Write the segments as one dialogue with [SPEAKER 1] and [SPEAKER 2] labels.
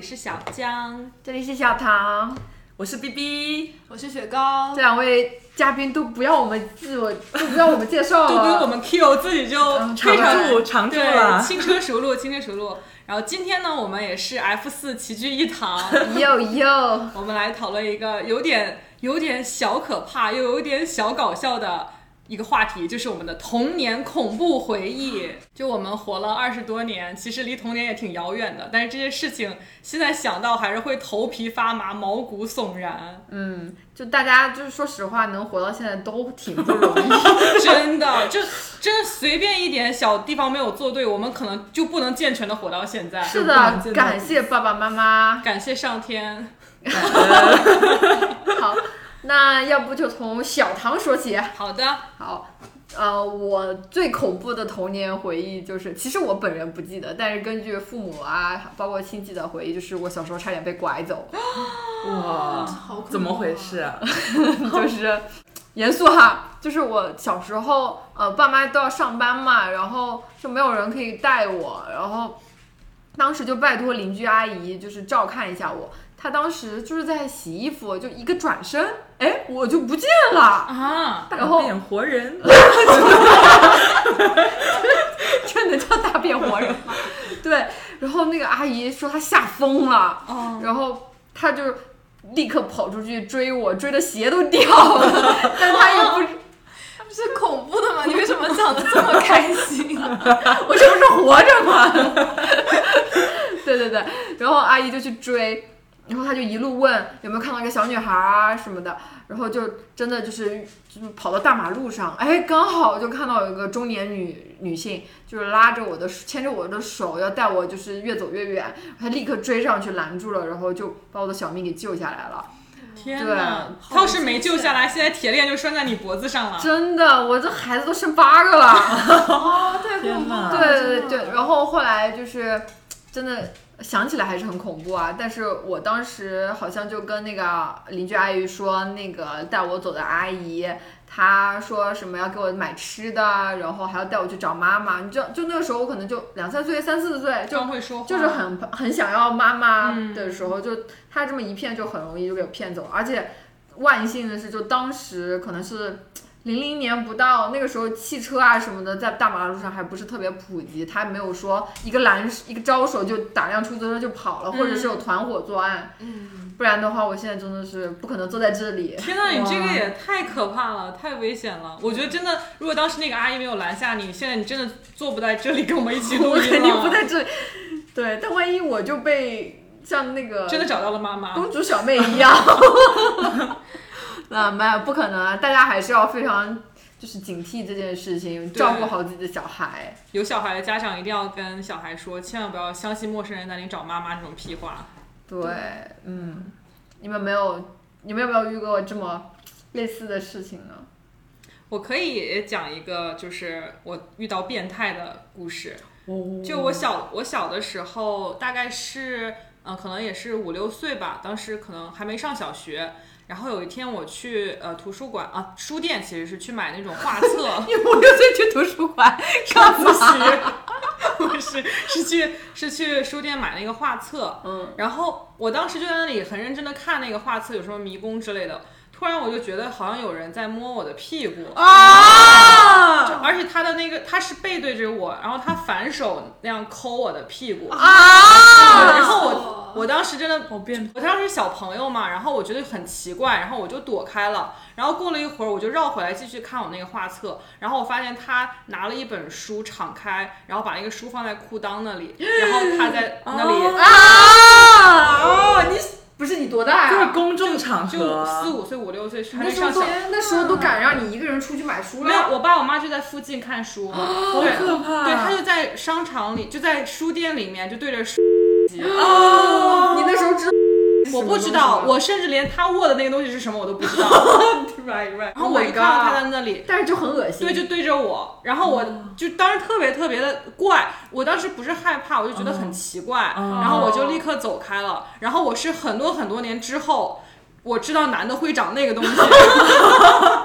[SPEAKER 1] 小江，
[SPEAKER 2] 这里是小唐，
[SPEAKER 1] 我是 B B，
[SPEAKER 3] 我是雪糕
[SPEAKER 2] 这，两位嘉宾都不要我们自我，都不要我们介绍了，
[SPEAKER 1] 都不用我们 Q，自己就
[SPEAKER 2] 嗯
[SPEAKER 1] 非常
[SPEAKER 2] 常
[SPEAKER 4] 住常 住
[SPEAKER 1] 对，
[SPEAKER 4] 了，
[SPEAKER 1] 轻车熟路，轻车熟路。然后今天呢，我们也是 F 四齐聚一堂，
[SPEAKER 2] 哟哟，
[SPEAKER 1] 我们来讨论一个有点有点小可怕又有点小搞笑的一个话题，就是我们的童年恐怖回忆。就我们活了二十多年，其实离童年也挺遥远的，但是这些事情现在想到还是会头皮发麻、毛骨悚然。
[SPEAKER 2] 嗯，就大家就是说实话，能活到现在都挺不容 易。
[SPEAKER 1] 真的，就真的随便一点小地方没有做对，我们可能就不能健全的活到现在。
[SPEAKER 2] 是
[SPEAKER 4] 不能
[SPEAKER 2] 的，
[SPEAKER 4] 见到
[SPEAKER 2] 感谢爸爸妈妈。
[SPEAKER 1] 感谢上天，
[SPEAKER 2] 好，那要不就从小唐说起。
[SPEAKER 1] 好的，
[SPEAKER 2] 好，呃，我最恐怖的童年回忆就是，其实我本人不记得，但是根据父母啊，包括亲戚的回忆，就是我小时候差点被拐走，
[SPEAKER 4] 哇，
[SPEAKER 3] 好恐怖啊
[SPEAKER 4] 怎么回事？啊？
[SPEAKER 2] 就是严肃哈，就是我小时候，呃，爸妈都要上班嘛，然后就没有人可以带我，然后当时就拜托邻居阿姨就是照看一下我。她当时就是在洗衣服，就一个转身，哎，我就不见了，
[SPEAKER 1] 啊，
[SPEAKER 2] 然后
[SPEAKER 4] 大 变活人，
[SPEAKER 2] 这能叫大变活人吗？对，然后那个阿姨说她吓疯了，
[SPEAKER 1] 哦，
[SPEAKER 2] 然后她就立刻跑出去追我，追的鞋都掉了， 但她也不，
[SPEAKER 3] 它不是恐怖的 吗？你为什么讲的这么开 心？
[SPEAKER 2] 我这不是活着吗？ 对对对，然后阿姨就去追，然后她就一路问有没有看到一个小女孩啊什么的，然后就真的就是就是跑到大马路上，哎，刚好就看到有一个中年女女性，就是拉着我的牵着我的手要带我就是越走越远，她立刻追上去拦住了，然后就把我的小命给救下来了。
[SPEAKER 1] 天
[SPEAKER 2] 对
[SPEAKER 1] 哪！
[SPEAKER 3] 好
[SPEAKER 1] 他要是没救下来，现在铁链就拴在你脖子上了。
[SPEAKER 2] 真的，我这孩子都生八个了。
[SPEAKER 3] 哦，太恐
[SPEAKER 4] 天
[SPEAKER 3] 怖
[SPEAKER 4] 哪
[SPEAKER 3] 了！
[SPEAKER 2] 对对
[SPEAKER 3] 真的
[SPEAKER 2] 对，然后后来就是真的想起来还是很恐怖啊。但是我当时好像就跟那个邻居阿姨说，那个带我走的阿姨。她说什么要给我买吃的，然后还要带我去找妈妈。你知道，就那个时候我可能就两三岁、三四岁，就
[SPEAKER 1] 就会说话，
[SPEAKER 2] 就是很很想要妈妈
[SPEAKER 1] 嗯
[SPEAKER 2] 的时候，就他这么一骗就很容易就给骗走，而且万幸的是，就当时可能是零零年不到，那个时候汽车啊什么的在大马路上还不是特别普及，他没有说一个拦一个招手就打辆出租车就跑了，
[SPEAKER 1] 嗯
[SPEAKER 2] 或者是有团伙作案，
[SPEAKER 3] 嗯，
[SPEAKER 2] 不然的话，我现在真的是不可能坐在这里。
[SPEAKER 1] 天呐，你这个
[SPEAKER 4] 哇
[SPEAKER 1] 也太可怕了，太危险了！我觉得真的，如果当时那个阿姨没有拦下你，现在你真的坐不在这里 跟我们一起录
[SPEAKER 2] 我
[SPEAKER 1] 音了。
[SPEAKER 2] 肯定不在这里，对，但万一我就被像那个
[SPEAKER 1] 真的找到了妈妈。
[SPEAKER 2] 公主小妹一样。那没有不可能啊，大家还是要非常就是警惕这件事情，
[SPEAKER 1] 对
[SPEAKER 2] 照顾好自己的小孩。
[SPEAKER 1] 有小孩的家长一定要跟小孩说，千万不要相信陌生人带你找妈妈这种屁话。
[SPEAKER 2] 对，嗯，你们没有，你们有没有遇过这么类似的事情呢？
[SPEAKER 1] 我可以也讲一个，就是我遇到变态的故事。就我小我小的时候，大概是呃，可能也是五六岁吧，当时可能还没上小学。然后有一天我去呃图书馆啊书店，其实是去买那种画册。
[SPEAKER 2] 你五六岁去图书馆干
[SPEAKER 1] 不
[SPEAKER 2] 嘛？
[SPEAKER 1] 是，不是，是去是去书店买那个画册，
[SPEAKER 2] 嗯，
[SPEAKER 1] 然后我当时就在那里很认真的看那个画册，有什么迷宫之类的。突然我就觉得好像有人在摸我的屁股，
[SPEAKER 2] 啊
[SPEAKER 1] 就而且他的那个他是背对着我，然后他反手那样抠我的屁股，然
[SPEAKER 2] 啊！
[SPEAKER 1] 后我我当时真的
[SPEAKER 4] 好哦变态，
[SPEAKER 1] 我当时小朋友嘛，然后我觉得很奇怪，然后我就躲开了。然后过了一会儿，我就绕回来继续看我那个画册，然后我发现他拿了一本书敞开，然后把那个书放在裤裆那 里，然后他在那里。
[SPEAKER 2] 啊！哦，你不是你多大
[SPEAKER 4] 就是
[SPEAKER 2] 呀？
[SPEAKER 4] 公众场
[SPEAKER 1] 就四
[SPEAKER 4] 合，
[SPEAKER 1] 五岁、五六岁，还
[SPEAKER 2] 那
[SPEAKER 1] 没
[SPEAKER 2] 时
[SPEAKER 1] 上
[SPEAKER 2] 候嗯都
[SPEAKER 1] 小，
[SPEAKER 2] 那时候都敢让你一个人出去买书
[SPEAKER 1] 没有，
[SPEAKER 2] 了？
[SPEAKER 1] 我爸我妈就在附近看书，
[SPEAKER 4] 好
[SPEAKER 1] 对，
[SPEAKER 4] 可怕，
[SPEAKER 1] 对他就在商场里，就在书店里面，就对着书，
[SPEAKER 2] 你那时候知
[SPEAKER 1] 我不知道，我甚至连他握的那个东西是什么我都不知道。
[SPEAKER 2] right right，
[SPEAKER 1] 然后我一看到他在那里，
[SPEAKER 2] 但是就很恶心。
[SPEAKER 1] 对，就对着我，然后我就当时特别特别的怪，我当时不是害怕，我就觉得很奇怪，
[SPEAKER 4] 嗯
[SPEAKER 1] 然后我就立刻走开了。然后我是很多很多年之后，我知道男的会长那个东西，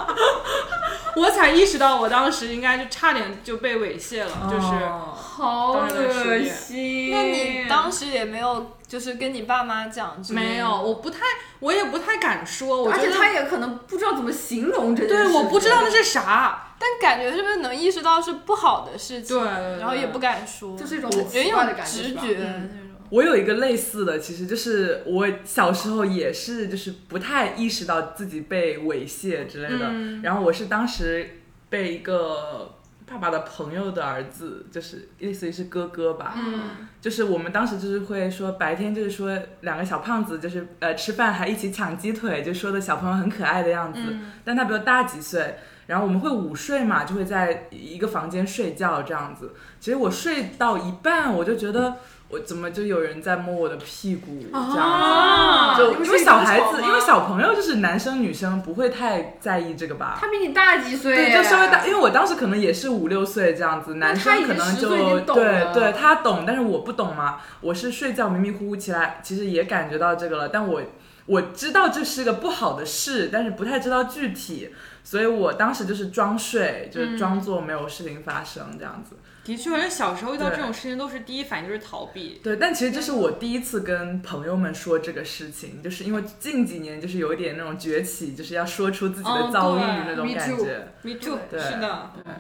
[SPEAKER 1] 我才意识到我当时应该就差点就被猥亵了，就是。
[SPEAKER 4] 哦
[SPEAKER 2] 好
[SPEAKER 1] 当然是
[SPEAKER 2] 恶心。
[SPEAKER 3] 那你当时也没有就是跟你爸妈讲之类的？
[SPEAKER 1] 没有，我不太，我也不太敢说，我
[SPEAKER 2] 而
[SPEAKER 1] 觉
[SPEAKER 2] 且
[SPEAKER 1] 得
[SPEAKER 2] 他也可能不知道怎么形容这件事
[SPEAKER 1] 对，
[SPEAKER 2] 情。
[SPEAKER 1] 我不知道那是啥，
[SPEAKER 3] 但感觉是不是能意识到是不好的事情，
[SPEAKER 1] 对对对
[SPEAKER 3] 然后也不敢说，
[SPEAKER 2] 就是一种
[SPEAKER 3] 有
[SPEAKER 2] 很
[SPEAKER 3] 一
[SPEAKER 2] 奇
[SPEAKER 3] 种
[SPEAKER 2] 怪的感觉，
[SPEAKER 3] 直
[SPEAKER 2] 是吧
[SPEAKER 3] 觉
[SPEAKER 1] 嗯
[SPEAKER 3] 那种。
[SPEAKER 4] 我有一个类似的，其实就是我小时候也是，就是不太意识到自己被猥亵之类的。
[SPEAKER 1] 嗯
[SPEAKER 4] 然后我是当时被一个爸爸的朋友的儿子，就是类似于是哥哥吧，
[SPEAKER 1] 嗯，
[SPEAKER 4] 就是我们当时就是会说，白天就是说两个小胖子就是呃吃饭还一起抢鸡腿，就说的小朋友很可爱的样子，
[SPEAKER 2] 嗯
[SPEAKER 4] 但他比我大几岁。然后我们会午睡嘛，就会在一个房间睡觉这样子。其实我睡到一半，我就觉得我怎么就有人在摸我的屁股这样子。
[SPEAKER 1] 啊
[SPEAKER 4] 就
[SPEAKER 2] 你不
[SPEAKER 4] 因
[SPEAKER 2] 是
[SPEAKER 4] 为小孩
[SPEAKER 2] 很
[SPEAKER 4] 子，
[SPEAKER 2] 丑吗
[SPEAKER 4] 因为小朋友就是男生女生不会太在意这个吧？
[SPEAKER 2] 他比你大几岁，
[SPEAKER 4] 对，就稍微大，因为我当时可能也是五六岁这样子，男
[SPEAKER 2] 他已经
[SPEAKER 4] 生可能
[SPEAKER 2] 10
[SPEAKER 4] 就
[SPEAKER 2] 岁已经懂了
[SPEAKER 4] 对对，他懂，但是我不懂嘛。我是睡觉迷迷糊糊起来，其实也感觉到这个了，但我我知道这是个不好的事，但是不太知道具体，所以我当时就是装睡，
[SPEAKER 2] 嗯
[SPEAKER 4] 就是装作没有事情发生这样子。
[SPEAKER 1] 的确，人小时候遇到这
[SPEAKER 4] 对
[SPEAKER 1] 种事情都是第一反应就是逃避。
[SPEAKER 4] 对，但其实这
[SPEAKER 2] 啊
[SPEAKER 4] 是我第一次跟朋友们说这个事情，就是因为近几年就是有一点那种崛起，就是要说出自己的
[SPEAKER 1] 嗯
[SPEAKER 4] 遭遇
[SPEAKER 1] 对
[SPEAKER 4] 那种
[SPEAKER 2] 哦 me
[SPEAKER 4] 感
[SPEAKER 2] too
[SPEAKER 4] 觉。
[SPEAKER 1] Me too，
[SPEAKER 4] 对
[SPEAKER 1] 是的，嗯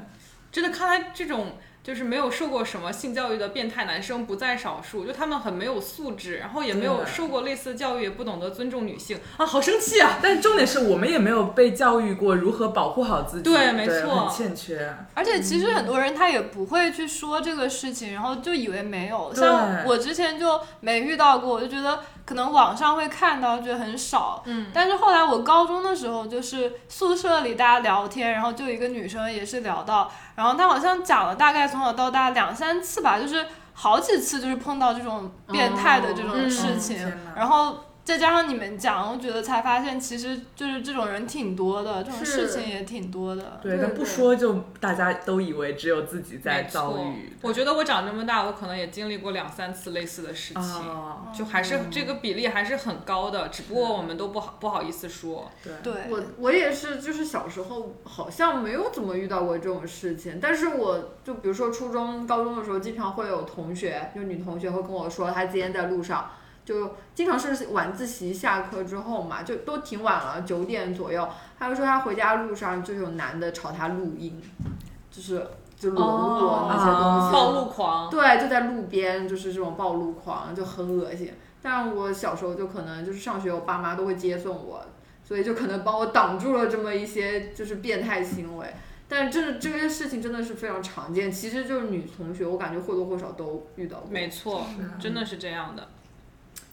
[SPEAKER 1] 真的，看来这种就是没有受过什么性教育的变态男生不在少数，就他们很没有素质，然后也没有
[SPEAKER 4] 对
[SPEAKER 1] 受过类似的教育，也不懂得尊重女性啊，好生气啊！
[SPEAKER 4] 但重点是我们也没有被教育过如何保护好自己，
[SPEAKER 1] 对没错
[SPEAKER 4] 很欠缺。
[SPEAKER 3] 而且其实很多人他也不会去说这个事情，然后就以为没有。
[SPEAKER 4] 对
[SPEAKER 3] 像我之前就没遇到过，我就觉得可能网上会看到，觉得很少。
[SPEAKER 1] 嗯，
[SPEAKER 3] 但是后来我高中的时候，就是宿舍里大家聊天，然后就有一个女生也是聊到，然后她好像讲了大概从小到大两三次吧，就是好几次就是碰到这种变态的这种事情，
[SPEAKER 4] 哦嗯天哪
[SPEAKER 3] 然后。再加上你们讲，我觉得才发现，其实就是这种人挺多的，这种
[SPEAKER 2] 是
[SPEAKER 3] 事情也挺多的。
[SPEAKER 4] 对，
[SPEAKER 2] 对
[SPEAKER 4] 但
[SPEAKER 2] 对
[SPEAKER 4] 不说就大家都以为只有自己在
[SPEAKER 1] 没
[SPEAKER 4] 遭
[SPEAKER 1] 错
[SPEAKER 4] 遇，
[SPEAKER 1] 我觉得我长这么大，我可能也经历过两三次类似的事情。
[SPEAKER 4] 啊，
[SPEAKER 1] 就还是这个比例还是很高的，只不过我们都不好不好意思说。
[SPEAKER 4] 对，
[SPEAKER 3] 嗯对，
[SPEAKER 2] 我我也是，就是小时候好像没有怎么遇到过这种事情，但是我就比如说初中、高中的时候，经常会有同学，就女同学会跟我说，她今天在路上，就经常是晚自习下课之后嘛，就都挺晚了，九点左右，她就说她回家路上就有男的朝她录音，就是就裸
[SPEAKER 1] 哦
[SPEAKER 2] 露那些东西，
[SPEAKER 1] 暴露狂，
[SPEAKER 2] 对，就在路边，就是这种暴露狂，就很恶心。但我小时候就可能就是上学，我爸妈都会接送我，所以就可能帮我挡住了这么一些就是变态行为。但是真的这些事情真的是非常常见，其实就是女同学，我感觉或多或少都遇到过。
[SPEAKER 1] 没错，真的是这样的。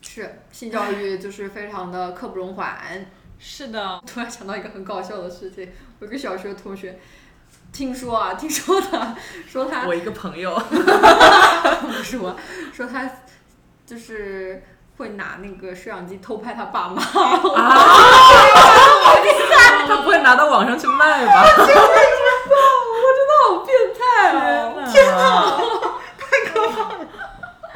[SPEAKER 2] 是性教育就是非常的刻不容缓。
[SPEAKER 1] 是的，
[SPEAKER 2] 突然想到一个很搞笑的事情，我有个小学同学，听说啊，听说他说他
[SPEAKER 4] 我一个朋友，
[SPEAKER 2] 不是我说他就是会拿那个摄像机偷拍他爸妈，
[SPEAKER 4] 啊他不会拿到网上去卖吧？我真的
[SPEAKER 2] 好变态哦！
[SPEAKER 4] 天哪！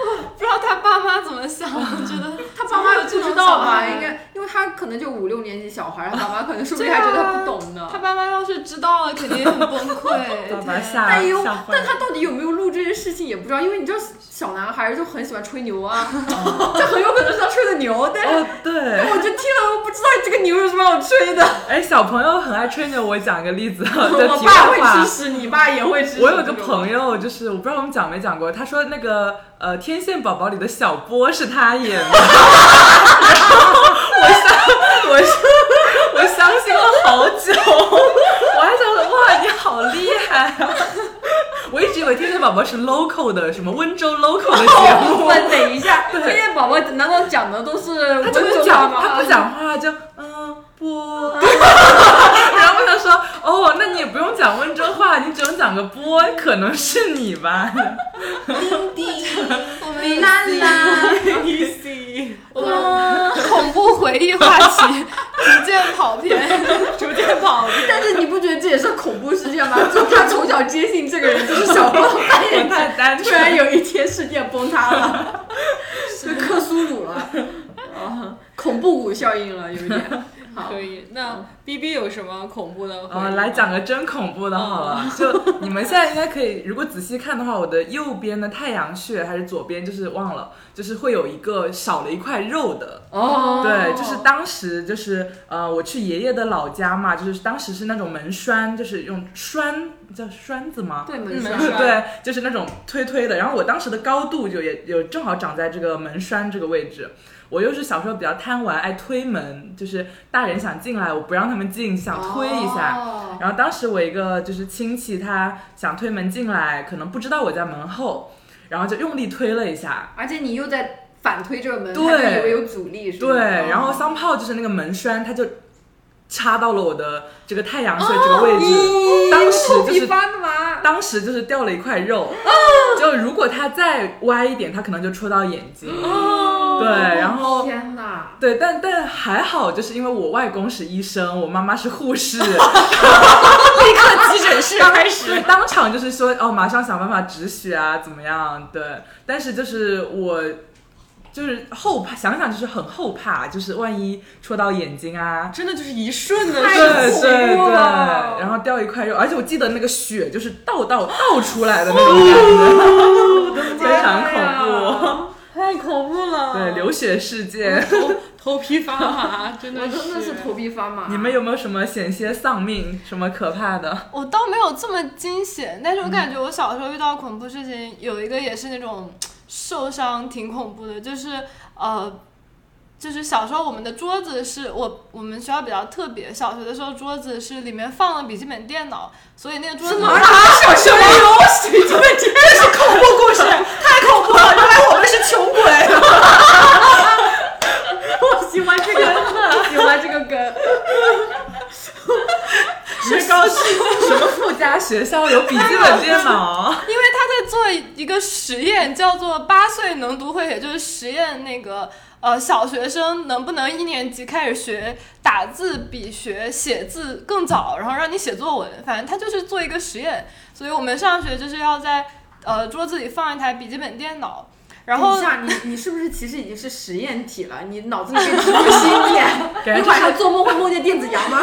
[SPEAKER 3] 不知道他爸妈怎么想，我觉得
[SPEAKER 2] 他爸妈不知道吧？
[SPEAKER 3] 怎么会有这种小孩
[SPEAKER 2] 应该，因为他可能就五六年级小孩，他爸妈可能说不定
[SPEAKER 3] 对
[SPEAKER 2] 还
[SPEAKER 3] 啊
[SPEAKER 2] 觉得他不懂
[SPEAKER 3] 他
[SPEAKER 2] 呢。
[SPEAKER 3] 爸妈要是知道了，肯定很崩溃。
[SPEAKER 4] 爸爸
[SPEAKER 3] 对
[SPEAKER 4] 吓
[SPEAKER 2] 但也有，
[SPEAKER 4] 吓坏了
[SPEAKER 2] 哎但他到底有没有录这件事情也不知道，因为你知道小男孩就很喜欢吹牛啊， 这很有可能是他吹的牛，但是
[SPEAKER 4] 哦，对，
[SPEAKER 2] 我就听了我不知道这个牛有什么好吹的。
[SPEAKER 4] 哎，小朋友很爱吹牛。我讲一个例子，就
[SPEAKER 2] 我
[SPEAKER 4] 题
[SPEAKER 2] 爸
[SPEAKER 4] 外话
[SPEAKER 2] 会吃。屎，你爸也会吃屎。
[SPEAKER 4] 我有个朋
[SPEAKER 2] 友，
[SPEAKER 4] 友，就是我不知道我们讲没讲过，他说那个呃《天线宝宝》里的小波是他演的，然 后我相我相我相信了好久，我还想说哇你好厉害啊！我一直以为《天线宝宝》是 local 的，什么温州 local 的节目。
[SPEAKER 2] 我等一下，天天宝宝难道讲的都是
[SPEAKER 4] 他
[SPEAKER 2] 温
[SPEAKER 4] 就
[SPEAKER 2] 州话
[SPEAKER 4] 会讲，
[SPEAKER 2] 吗？
[SPEAKER 4] 他不讲话就嗯波，然后我想说哦，那你也不用讲温州话，你只用讲个波，可能是你吧。
[SPEAKER 3] 我们
[SPEAKER 2] 啦啦，
[SPEAKER 1] easy，
[SPEAKER 3] 我们啊恐怖回忆话 题逐渐跑偏。
[SPEAKER 1] 逐渐跑偏。
[SPEAKER 2] 但是你不觉得这也是恐怖事件 吗？就他从小坚信这个人就是小波的扮
[SPEAKER 4] 我
[SPEAKER 2] 演
[SPEAKER 4] 太
[SPEAKER 2] 者，
[SPEAKER 4] 单
[SPEAKER 2] 突
[SPEAKER 4] 纯了。
[SPEAKER 2] 然有一天世界崩塌哦了，是克苏鲁了，啊，恐怖谷效应了，有一点。好
[SPEAKER 1] 可以。那 B B 有什么恐怖的回忆吗？
[SPEAKER 4] 啊、来讲个真恐怖的好了，
[SPEAKER 2] 哦
[SPEAKER 4] 就你们现在应该可以，如果仔细看的话，我的右边的太阳穴还是左边，就是忘了，就是会有一个少了一块肉的。
[SPEAKER 2] 哦
[SPEAKER 4] 对，就是当时就是呃，我去爷爷的老家嘛，就是当时是那种门栓，就是用栓叫栓子吗？
[SPEAKER 2] 对
[SPEAKER 1] 嗯
[SPEAKER 2] 门
[SPEAKER 1] 没
[SPEAKER 2] 栓
[SPEAKER 1] 事儿
[SPEAKER 4] 对，就是那种推推的。然后我当时的高度就也有正好长在这个门栓这个位置。我又是小时候比较贪玩，爱推门，就是大人想进来，我不让他们进，想推一下。
[SPEAKER 2] 哦
[SPEAKER 4] 然后当时我一个就是亲戚，他想推门进来，可能不知道我在门后，然后就用力推了一下，
[SPEAKER 2] 而且你又在反推这个门，
[SPEAKER 4] 对
[SPEAKER 2] 他就以为有阻力是吗？
[SPEAKER 4] 对，
[SPEAKER 2] 哦
[SPEAKER 4] 然后桑炮就是那个门栓，它就插到了我的这个太阳穴这个位置，
[SPEAKER 2] 哦
[SPEAKER 4] 当时就
[SPEAKER 2] 一
[SPEAKER 4] 是
[SPEAKER 2] 般的吗？
[SPEAKER 4] 当时就是掉了一块肉，就如果它再歪一点，它可能就戳到眼睛。对，然后。
[SPEAKER 2] 天哪！
[SPEAKER 4] 对，但但还好，就是因为我外公是医生，我妈妈是护士，
[SPEAKER 1] 立刻急诊室开
[SPEAKER 4] 对，
[SPEAKER 1] 始。
[SPEAKER 4] 当场就是说哦，马上想办法止血啊，怎么样？对，但是就是我就是后怕，想想就是很后怕，就是万一戳到眼睛啊，
[SPEAKER 1] 真的就是一瞬的
[SPEAKER 2] 太
[SPEAKER 1] 事
[SPEAKER 4] 对
[SPEAKER 1] 情，
[SPEAKER 4] 对
[SPEAKER 2] 恐怖
[SPEAKER 4] 对，
[SPEAKER 2] 了
[SPEAKER 4] 然后掉一块肉，而且我记得那个血就是倒倒倒出来的那种
[SPEAKER 1] 哦
[SPEAKER 4] 感觉， 非常恐怖。
[SPEAKER 1] 太恐怖了。
[SPEAKER 4] 对，流血事件，
[SPEAKER 1] 头头皮发麻，真
[SPEAKER 2] 我
[SPEAKER 1] 的
[SPEAKER 2] 真的是头皮发麻。
[SPEAKER 4] 你们有没有什么险些丧命、什么可怕的？
[SPEAKER 3] 我倒没有这么惊险，但是我感觉我小时候遇到恐怖事情，有一个也是那种受伤挺恐怖的，就是呃，就是小时候我们的桌子是我我们学校比较特别，小学的时候桌子是里面放了笔记本电脑，所以那个桌子
[SPEAKER 1] 小什么东西？这是恐怖故事，太恐怖了！原来我们是穷鬼。
[SPEAKER 2] 我喜欢这个，我喜欢这个 梗。
[SPEAKER 4] 是高兴什么附加学校有笔记本电脑？
[SPEAKER 3] 因为他在做一个实验，叫做“八岁能读会写”，就是实验那个呃小学生能不能一年级开始学打字比学写字更早，然后让你写作文。反正他就是做一个实验，
[SPEAKER 2] 嗯
[SPEAKER 3] 所以我们上学就是要在呃桌子里放一台笔记本电脑，然后
[SPEAKER 2] 等一下，你你是不是其实已经是实验体了？你脑子里面只有心 念，
[SPEAKER 4] 感觉
[SPEAKER 2] 你
[SPEAKER 4] 就
[SPEAKER 2] 晚
[SPEAKER 4] 是
[SPEAKER 2] 上做梦会梦见电子 羊吗？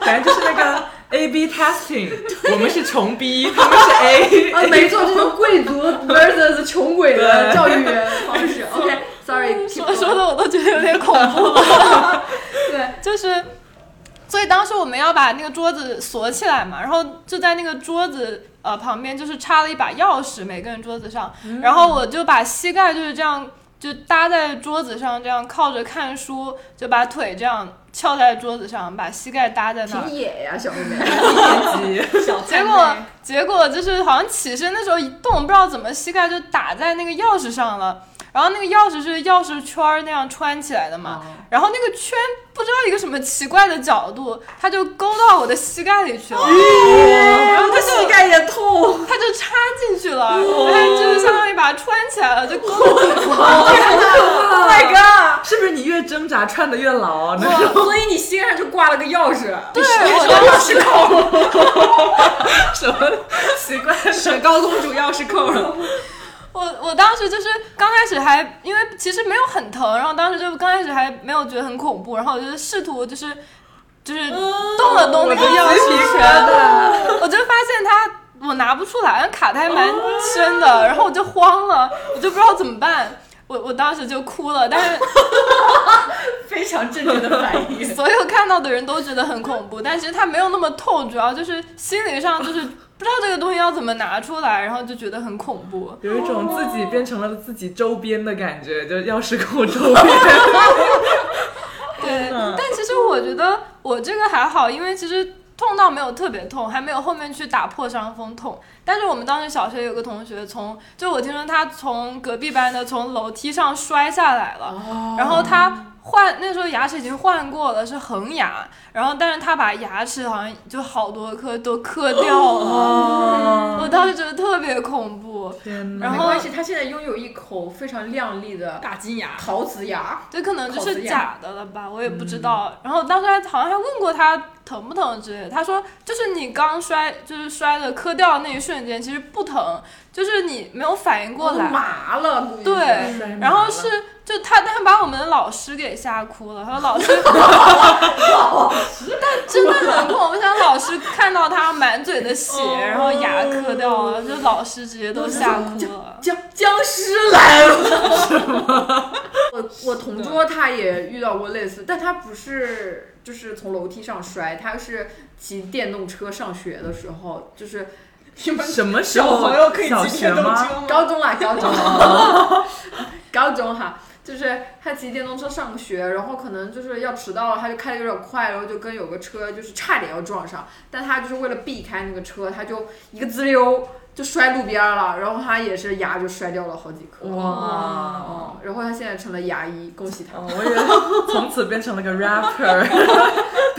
[SPEAKER 4] 反正就是那个 A B testing，我们是穷逼，他们是 A。
[SPEAKER 2] 啊，没错，这是贵族 versus 穷鬼的教育方 式。OK，sorry，
[SPEAKER 3] 说说的我都觉得有点恐怖。
[SPEAKER 2] 对，
[SPEAKER 3] 就是，所以当时我们要把那个桌子锁起来嘛，然后就在那个桌子呃旁边就是插了一把钥匙，每个人桌子上，然后我就把膝盖就是这样就搭在桌子上，这样靠着看书，就把腿这样翘在桌子上，把膝盖搭在那儿
[SPEAKER 2] 挺。野呀，小妹妹。
[SPEAKER 4] 一年级，
[SPEAKER 1] 小
[SPEAKER 3] 结果结果就是好像起身的时候一动，不知道怎么膝盖就打在那个钥匙上了。然后那个钥匙是钥匙圈儿那样穿起来的
[SPEAKER 1] 哦
[SPEAKER 3] 嘛，然后那个圈不知道一个什么奇怪的角度，它就勾到我的膝盖里去了，然后它就
[SPEAKER 1] 哦盖也痛，哦
[SPEAKER 3] 它就插进去了，它就相当于把它穿起来了，就勾到我的
[SPEAKER 4] ，Oh my god！是不是你越挣扎穿的越牢？
[SPEAKER 2] 哦
[SPEAKER 4] 那种
[SPEAKER 1] 所以你膝盖上就挂了个钥匙，
[SPEAKER 3] 对，我当时
[SPEAKER 1] 匙扣，
[SPEAKER 4] 什么奇怪的？
[SPEAKER 1] 雪糕公主钥匙扣了。
[SPEAKER 3] 我我当时就是刚开始还因为其实没有很疼，然后当时就刚开始还没有觉得很恐怖，然后我就试图就是就是
[SPEAKER 1] 嗯
[SPEAKER 3] 动了动那个钥匙圈，我就发现它。我拿不出来，卡的还蛮深
[SPEAKER 1] 哦
[SPEAKER 3] 的，然后我就慌了，我就不知道怎么办，我我当时就哭了，但是
[SPEAKER 1] 非常正确的反应。
[SPEAKER 3] 所有看到的人都觉得很恐怖，但其实它没有那么痛，主要就是心理上就是不知道这个东西要怎么拿出来，然后就觉得很恐怖。
[SPEAKER 4] 有一种自己变成了自己周边的感觉，就钥匙扣周边。
[SPEAKER 3] 对，但其实我觉得我这个还好，因为其实痛到没有特别痛，还没有后面去打破伤风痛。但是我们当时小学有个同学从，就我听说他从隔壁班的从楼梯上摔下来了，然后他。换那时候牙齿已经换过了，是恒牙，然后但是他把牙齿好像就好多颗都磕掉了，
[SPEAKER 4] 哦，
[SPEAKER 2] 嗯
[SPEAKER 3] 我当时觉得特别恐怖。
[SPEAKER 4] 天哪！
[SPEAKER 3] 然
[SPEAKER 2] 没
[SPEAKER 3] 后
[SPEAKER 2] 关系，他现在拥有一口非常亮丽的
[SPEAKER 1] 大金牙，
[SPEAKER 2] 陶瓷牙。
[SPEAKER 3] 这可能就
[SPEAKER 2] 口子嗯
[SPEAKER 3] 是
[SPEAKER 2] 一
[SPEAKER 3] 假
[SPEAKER 2] 样
[SPEAKER 3] 的了吧，我也不知道。然后当时还好像还问过他疼不疼之类的，他说就是你刚摔，就是摔的磕掉那一瞬间，其实不疼，就是你没有反应过
[SPEAKER 2] 我都
[SPEAKER 3] 来。
[SPEAKER 2] 麻了，估计是
[SPEAKER 3] 对
[SPEAKER 4] 摔麻了
[SPEAKER 3] 然后是就他，他把我们的老师给吓哭了。他 说老师，但真的很恐怖。像老师看到他满嘴的血，
[SPEAKER 2] 哦
[SPEAKER 3] 然后牙磕掉了，就老师直接都吓哭了。
[SPEAKER 1] 僵僵尸来了，
[SPEAKER 2] 我我同桌他也遇到过类似，但他不是就是从楼梯上摔，他是骑电动车上学的时候，就是
[SPEAKER 1] 你们
[SPEAKER 4] 什么时
[SPEAKER 1] 小
[SPEAKER 4] 候？
[SPEAKER 1] 朋友可以
[SPEAKER 4] 小
[SPEAKER 1] 骑
[SPEAKER 4] 学
[SPEAKER 1] 电动车
[SPEAKER 4] 吗？
[SPEAKER 1] 吗？
[SPEAKER 2] 高中啦，高中， 高中哈，就是他骑电动车上学，然后可能就是要迟到了，他就开的有点快，然后就跟有个车就是差点要撞上，但他就是为了避开那个车，他就一个滋溜就摔路边了，然后他也是牙就摔掉了好几颗，
[SPEAKER 4] 哇！
[SPEAKER 2] 哦，然后他现在成了牙医，恭喜他！
[SPEAKER 4] 哦，我也从此变成了个 rapper，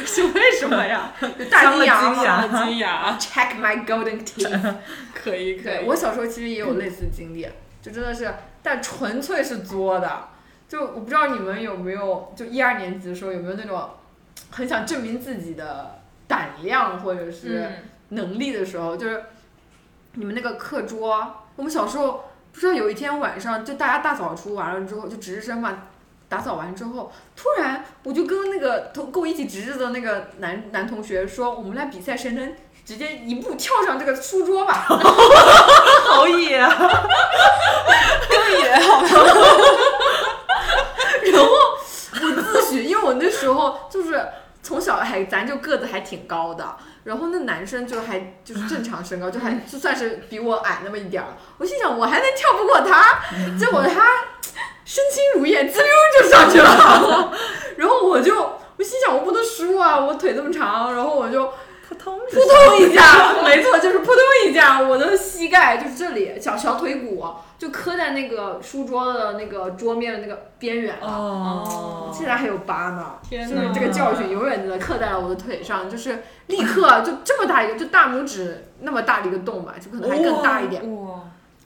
[SPEAKER 1] 是为什么呀？
[SPEAKER 2] 就大
[SPEAKER 4] 伤
[SPEAKER 2] 金
[SPEAKER 4] 了
[SPEAKER 2] 牙
[SPEAKER 4] 金牙
[SPEAKER 2] 嘛
[SPEAKER 1] 大金牙，
[SPEAKER 2] ，Check my golden teeth。
[SPEAKER 1] 可以可
[SPEAKER 2] 对
[SPEAKER 1] 以。
[SPEAKER 2] 我小时候其实也有类似的经历，就真的是，但纯粹是作的。就我不知道你们有没有，就一二年级的时候有没有那种很想证明自己的胆量或者是
[SPEAKER 1] 嗯
[SPEAKER 2] 能力的时候，就是你们那个课桌，我们小时候不知道有一天晚上，就大家大扫除完了之后，就值日生嘛。打扫完之后，突然我就跟那个同跟我一起值日的那个男男同学说，我们来比赛谁能直接一步跳上这个书桌吧。
[SPEAKER 4] 好野啊！
[SPEAKER 2] 自诩，因为我那时候就是从小还咱就个子还挺高的，然后那男生就还就是正常身高，就还就算是比我矮那么一点儿。我心想我还能跳不过他， 结果他身轻如燕，滋溜就上去了。 然后我就我心想我不能输啊，我腿这么长，然后我就
[SPEAKER 4] 扑通
[SPEAKER 2] 扑通一下，没错，就是扑通一下，我的膝盖就是这里小小腿骨就磕在那个书桌的那个桌面的那个边缘了。
[SPEAKER 4] 哦，
[SPEAKER 2] 现在还有疤呢，
[SPEAKER 1] 天
[SPEAKER 2] 所以
[SPEAKER 1] 哪
[SPEAKER 2] 这个教训永远的刻在了我的腿上，就是立刻就这么大一个，就大拇指那么大的一个洞吧，就可能还更大一点，
[SPEAKER 1] 哇，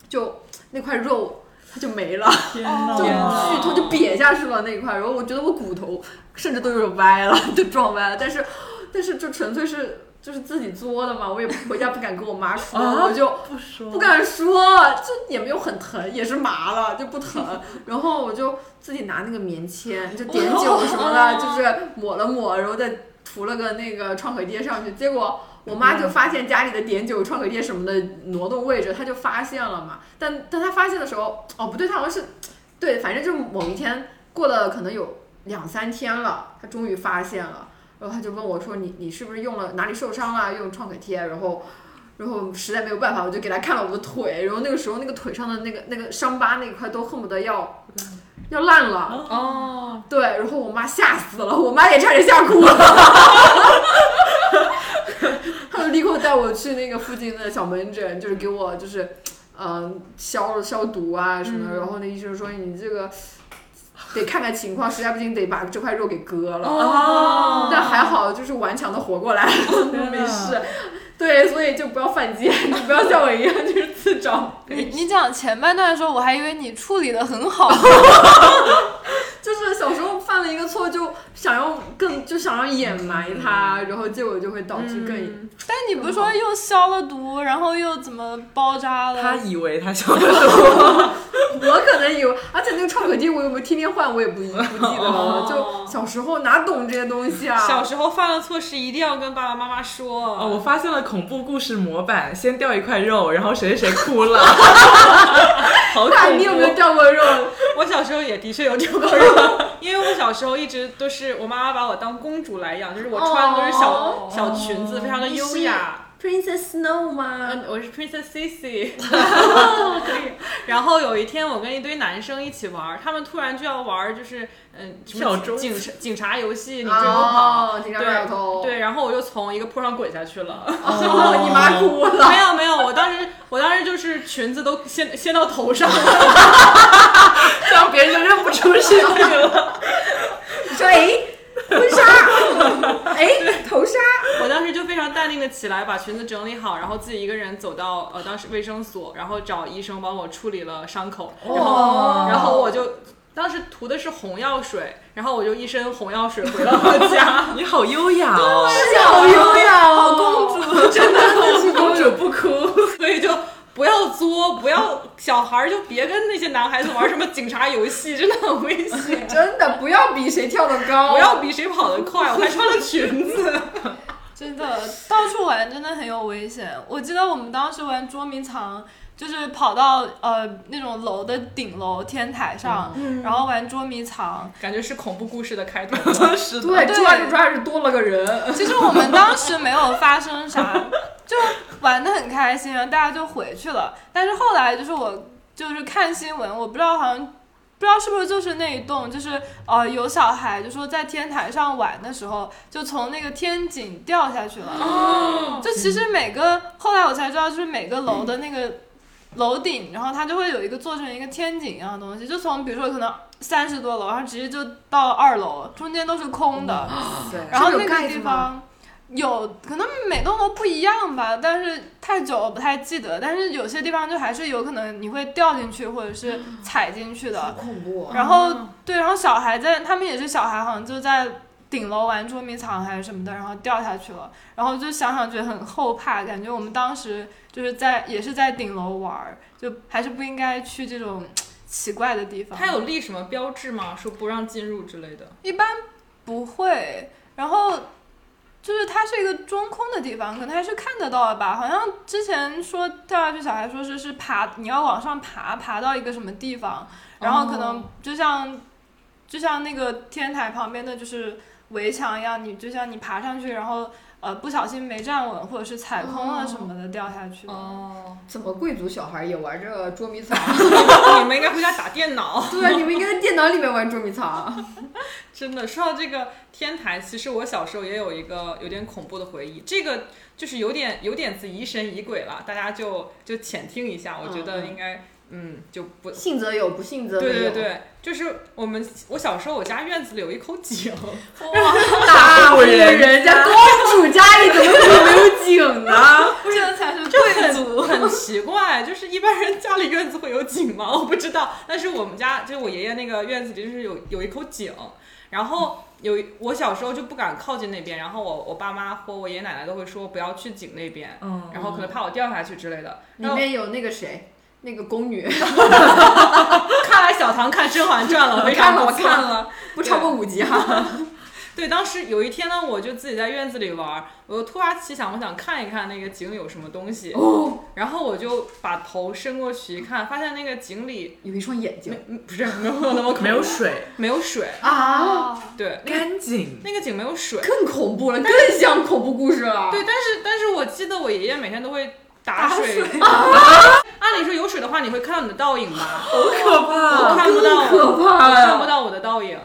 [SPEAKER 2] 就那块肉它就没了，
[SPEAKER 4] 天
[SPEAKER 3] 哪
[SPEAKER 2] 就
[SPEAKER 1] 天
[SPEAKER 4] 哪！
[SPEAKER 1] 哪
[SPEAKER 2] 剧痛就瘪下去了那一块，然后我觉得我骨头甚至都有点歪了，就撞歪了，但是但是就纯粹是就是自己作的嘛，我也回家不敢跟我妈说，
[SPEAKER 4] 啊
[SPEAKER 2] 我就
[SPEAKER 4] 不说
[SPEAKER 2] 不敢说，就也没有很疼，也是麻了，就不疼。然后我就自己拿那个棉签，就碘酒什么的，就是抹了抹，然后再涂了个那个创可贴上去。结果我妈就发现家里的碘酒、创可贴什么的挪动位置，她就发现了嘛。但但她发现的时候，哦不对，她好像是，对，反正就是某一天过了可能有两三天了，她终于发现了。然后她就问我说：“你你是不是用了哪里受伤了？用创可贴？”然后然后实在没有办法，我就给他看了我的腿，然后那个时候那个腿上的那个那个伤疤那一块都恨不得要要烂了，
[SPEAKER 1] 哦，
[SPEAKER 2] 对，然后我妈吓死了，我妈也差点吓哭了。 她就立刻带我去那个附近的小门诊，就是给我就是，呃，消消毒啊什么的。然后那医生说哎你这个得看看情况，实在不行得把这块肉给割了。
[SPEAKER 4] 哦
[SPEAKER 2] 但还好就是顽强的活过来，
[SPEAKER 4] 天
[SPEAKER 2] 没
[SPEAKER 4] 哪
[SPEAKER 2] 事。对，所以就不要犯贱，你不要像我一样就是自找，
[SPEAKER 3] 你你讲前半段的时候，我还以为你处理的很好，
[SPEAKER 2] 就是小时候犯了一个错就想要更就想要掩埋它，然后结果就会导致更。
[SPEAKER 3] 但你不是说又消了毒，然后又怎么包扎
[SPEAKER 4] 他
[SPEAKER 3] 了？
[SPEAKER 4] 以为他小的时候
[SPEAKER 2] 我可能有，而且那个创可贴我有没有天天换，我也不不记得了。
[SPEAKER 1] 哦
[SPEAKER 2] 就小时候哪懂这些东西啊？
[SPEAKER 1] 小时候犯了错事一定要跟爸爸妈妈说。
[SPEAKER 4] 哦，我发现了恐怖故事模板，先掉一块肉，然后谁谁谁哭了，好恐
[SPEAKER 2] 那
[SPEAKER 4] 怖！
[SPEAKER 2] 你有没有掉过肉？
[SPEAKER 1] 我小时候也的确有这个人， 因为我小时候一直都是我妈妈把我当公主来养，就是我穿的都是小、
[SPEAKER 2] 哦
[SPEAKER 1] 小裙子，非常的优雅。
[SPEAKER 2] Princess Snow 吗？
[SPEAKER 1] 嗯，我是 Princess Cici，可以。 然后有一天，我跟一堆男生一起玩，他们突然就要玩，就是嗯，什么
[SPEAKER 4] 跳钟
[SPEAKER 1] 警察警察游戏，你追我跑。
[SPEAKER 2] 哦，警察小偷。
[SPEAKER 1] 对，然后我就从一个坡上滚下去了。
[SPEAKER 2] 哦，你妈哭了。
[SPEAKER 1] 没有没有，我当时我当时就是裙子都掀掀到头上了。
[SPEAKER 4] 这样别人就认不出是那个了。。
[SPEAKER 2] 你说哎，婚纱，哎，头纱。
[SPEAKER 1] 我当时就非常淡定的起来，把裙子整理好，然后自己一个人走到呃当时卫生所，然后找医生帮我处理了伤口，然后、
[SPEAKER 2] 哦
[SPEAKER 1] 然后我就当时涂的是红药水，然后我就一身红药水回到了家
[SPEAKER 4] 你好优雅哦，
[SPEAKER 2] 好优雅哦，好公主，真的
[SPEAKER 4] 公主不哭。
[SPEAKER 1] 所以就不要作，不要小孩儿就别跟那些男孩子玩什么警察游戏，真的很危 险。
[SPEAKER 2] 真的不要比谁跳得高，
[SPEAKER 1] 不要比谁跑得快，我还穿了裙子。
[SPEAKER 3] 真的到处玩真的很有危险。我记得我们当时玩捉迷藏，就是跑到呃那种楼的顶楼天台上，然后玩捉迷藏。
[SPEAKER 1] 感觉是恐怖故事的开头。
[SPEAKER 4] 是 的，
[SPEAKER 2] 对，
[SPEAKER 3] 对
[SPEAKER 2] 抓着抓着多了个人，
[SPEAKER 3] 其实我们当时没有发生啥， 就玩的很开心，然后大家就回去了。但是后来就是我就是看新闻，我不知道好像。不知道是不是就是那一栋，就是呃有小孩就说在天台上玩的时候，就从那个天井掉下去了。
[SPEAKER 1] 哦
[SPEAKER 3] 就其实每个后来我才知道，就是每个楼的那个楼顶，然后它就会有一个做成一个天井一样的东西，就从比如说可能三十多楼，然后直接就到二楼，中间都是空的。
[SPEAKER 2] 对
[SPEAKER 3] 然后那个地方有可能每栋楼不一样吧，但是太久我不太记得，但是有些地方就还是有可能你会掉进去或者是踩进去的。
[SPEAKER 2] 恐怖，哦
[SPEAKER 3] 然后对，然后小孩在他们也是小孩，好像就在顶楼玩捉迷藏还是什么的，然后掉下去了。然后就想想觉得很后怕，感觉我们当时就是在也是在顶楼玩儿，就还是不应该去这种奇怪的地方。
[SPEAKER 1] 他有立什么标志吗？说不让进入之类的？
[SPEAKER 3] 一般不会。然后就是它是一个中空的地方，可能还是看得到的吧。好像之前说掉下去，小孩说是是爬，你要往上爬，爬到一个什么地方，然后可能就像、就像那个天台旁边的就是围墙一样，你就像你爬上去，然后呃不小心没站稳，或者是踩空了什么的、掉下去。
[SPEAKER 1] 哦，
[SPEAKER 2] 怎么贵族小孩也玩这个捉迷 藏？
[SPEAKER 1] 你们应该回家打电脑。
[SPEAKER 2] 对啊，你们应该在电脑里面玩捉迷藏。
[SPEAKER 1] 真的，说到这个天台，其实我小时候也有一个有点恐怖的回忆，这个就是有点有点子疑神疑鬼了，大家就就浅听一下，我觉得应该嗯就不。
[SPEAKER 2] 信则有，不信则没
[SPEAKER 1] 对
[SPEAKER 2] 有。
[SPEAKER 1] 对对，就是我们我小时候，我家院子里有一口井，
[SPEAKER 2] 大户
[SPEAKER 4] 人
[SPEAKER 2] 人家公主家里怎么可能没有井 呢？
[SPEAKER 3] 这才是
[SPEAKER 1] 就
[SPEAKER 3] 贵族。
[SPEAKER 1] 很很奇怪，就是一般人家里院子会有井吗？我不知道，但是我们家就是我爷爷那个院子里就是有有一口井，然后有一我小时候就不敢靠近那边，然后我我爸妈或我爷爷奶奶都会说不要去井那边，
[SPEAKER 4] 嗯，
[SPEAKER 1] 然后可能怕我掉下去之类的。
[SPEAKER 2] 里
[SPEAKER 1] 然后
[SPEAKER 2] 面有那个谁，那个宫女，
[SPEAKER 1] 看来小唐看《甄嬛传》 了，非常好
[SPEAKER 2] 我看了我看
[SPEAKER 1] 了。
[SPEAKER 2] 不超过五啊级哈。
[SPEAKER 1] 对，当时有一天呢，我就自己在院子里玩儿，我就突发奇想，我想看一看那个井有什么东西，
[SPEAKER 2] 哦，
[SPEAKER 1] 然后我就把头伸过去一看，发现那个井里
[SPEAKER 2] 有一双眼
[SPEAKER 1] 没
[SPEAKER 2] 睛
[SPEAKER 1] 嗯不是没有那么恐怖
[SPEAKER 4] 没有水，
[SPEAKER 1] 没有水，
[SPEAKER 2] 啊，
[SPEAKER 1] 对，那个
[SPEAKER 4] 干净。
[SPEAKER 1] 那个井没有水。
[SPEAKER 2] 更恐怖了，更像恐怖故事了。
[SPEAKER 1] 对，但是但是我记得我爷爷每天都会打水，
[SPEAKER 2] 啊
[SPEAKER 1] 按理说有水的话，你会看到你的倒 影吧？
[SPEAKER 4] 可怕
[SPEAKER 1] 我看不到，
[SPEAKER 2] 更可
[SPEAKER 1] 我
[SPEAKER 2] 怕
[SPEAKER 1] 看不
[SPEAKER 2] 呀！
[SPEAKER 1] 到我的倒影。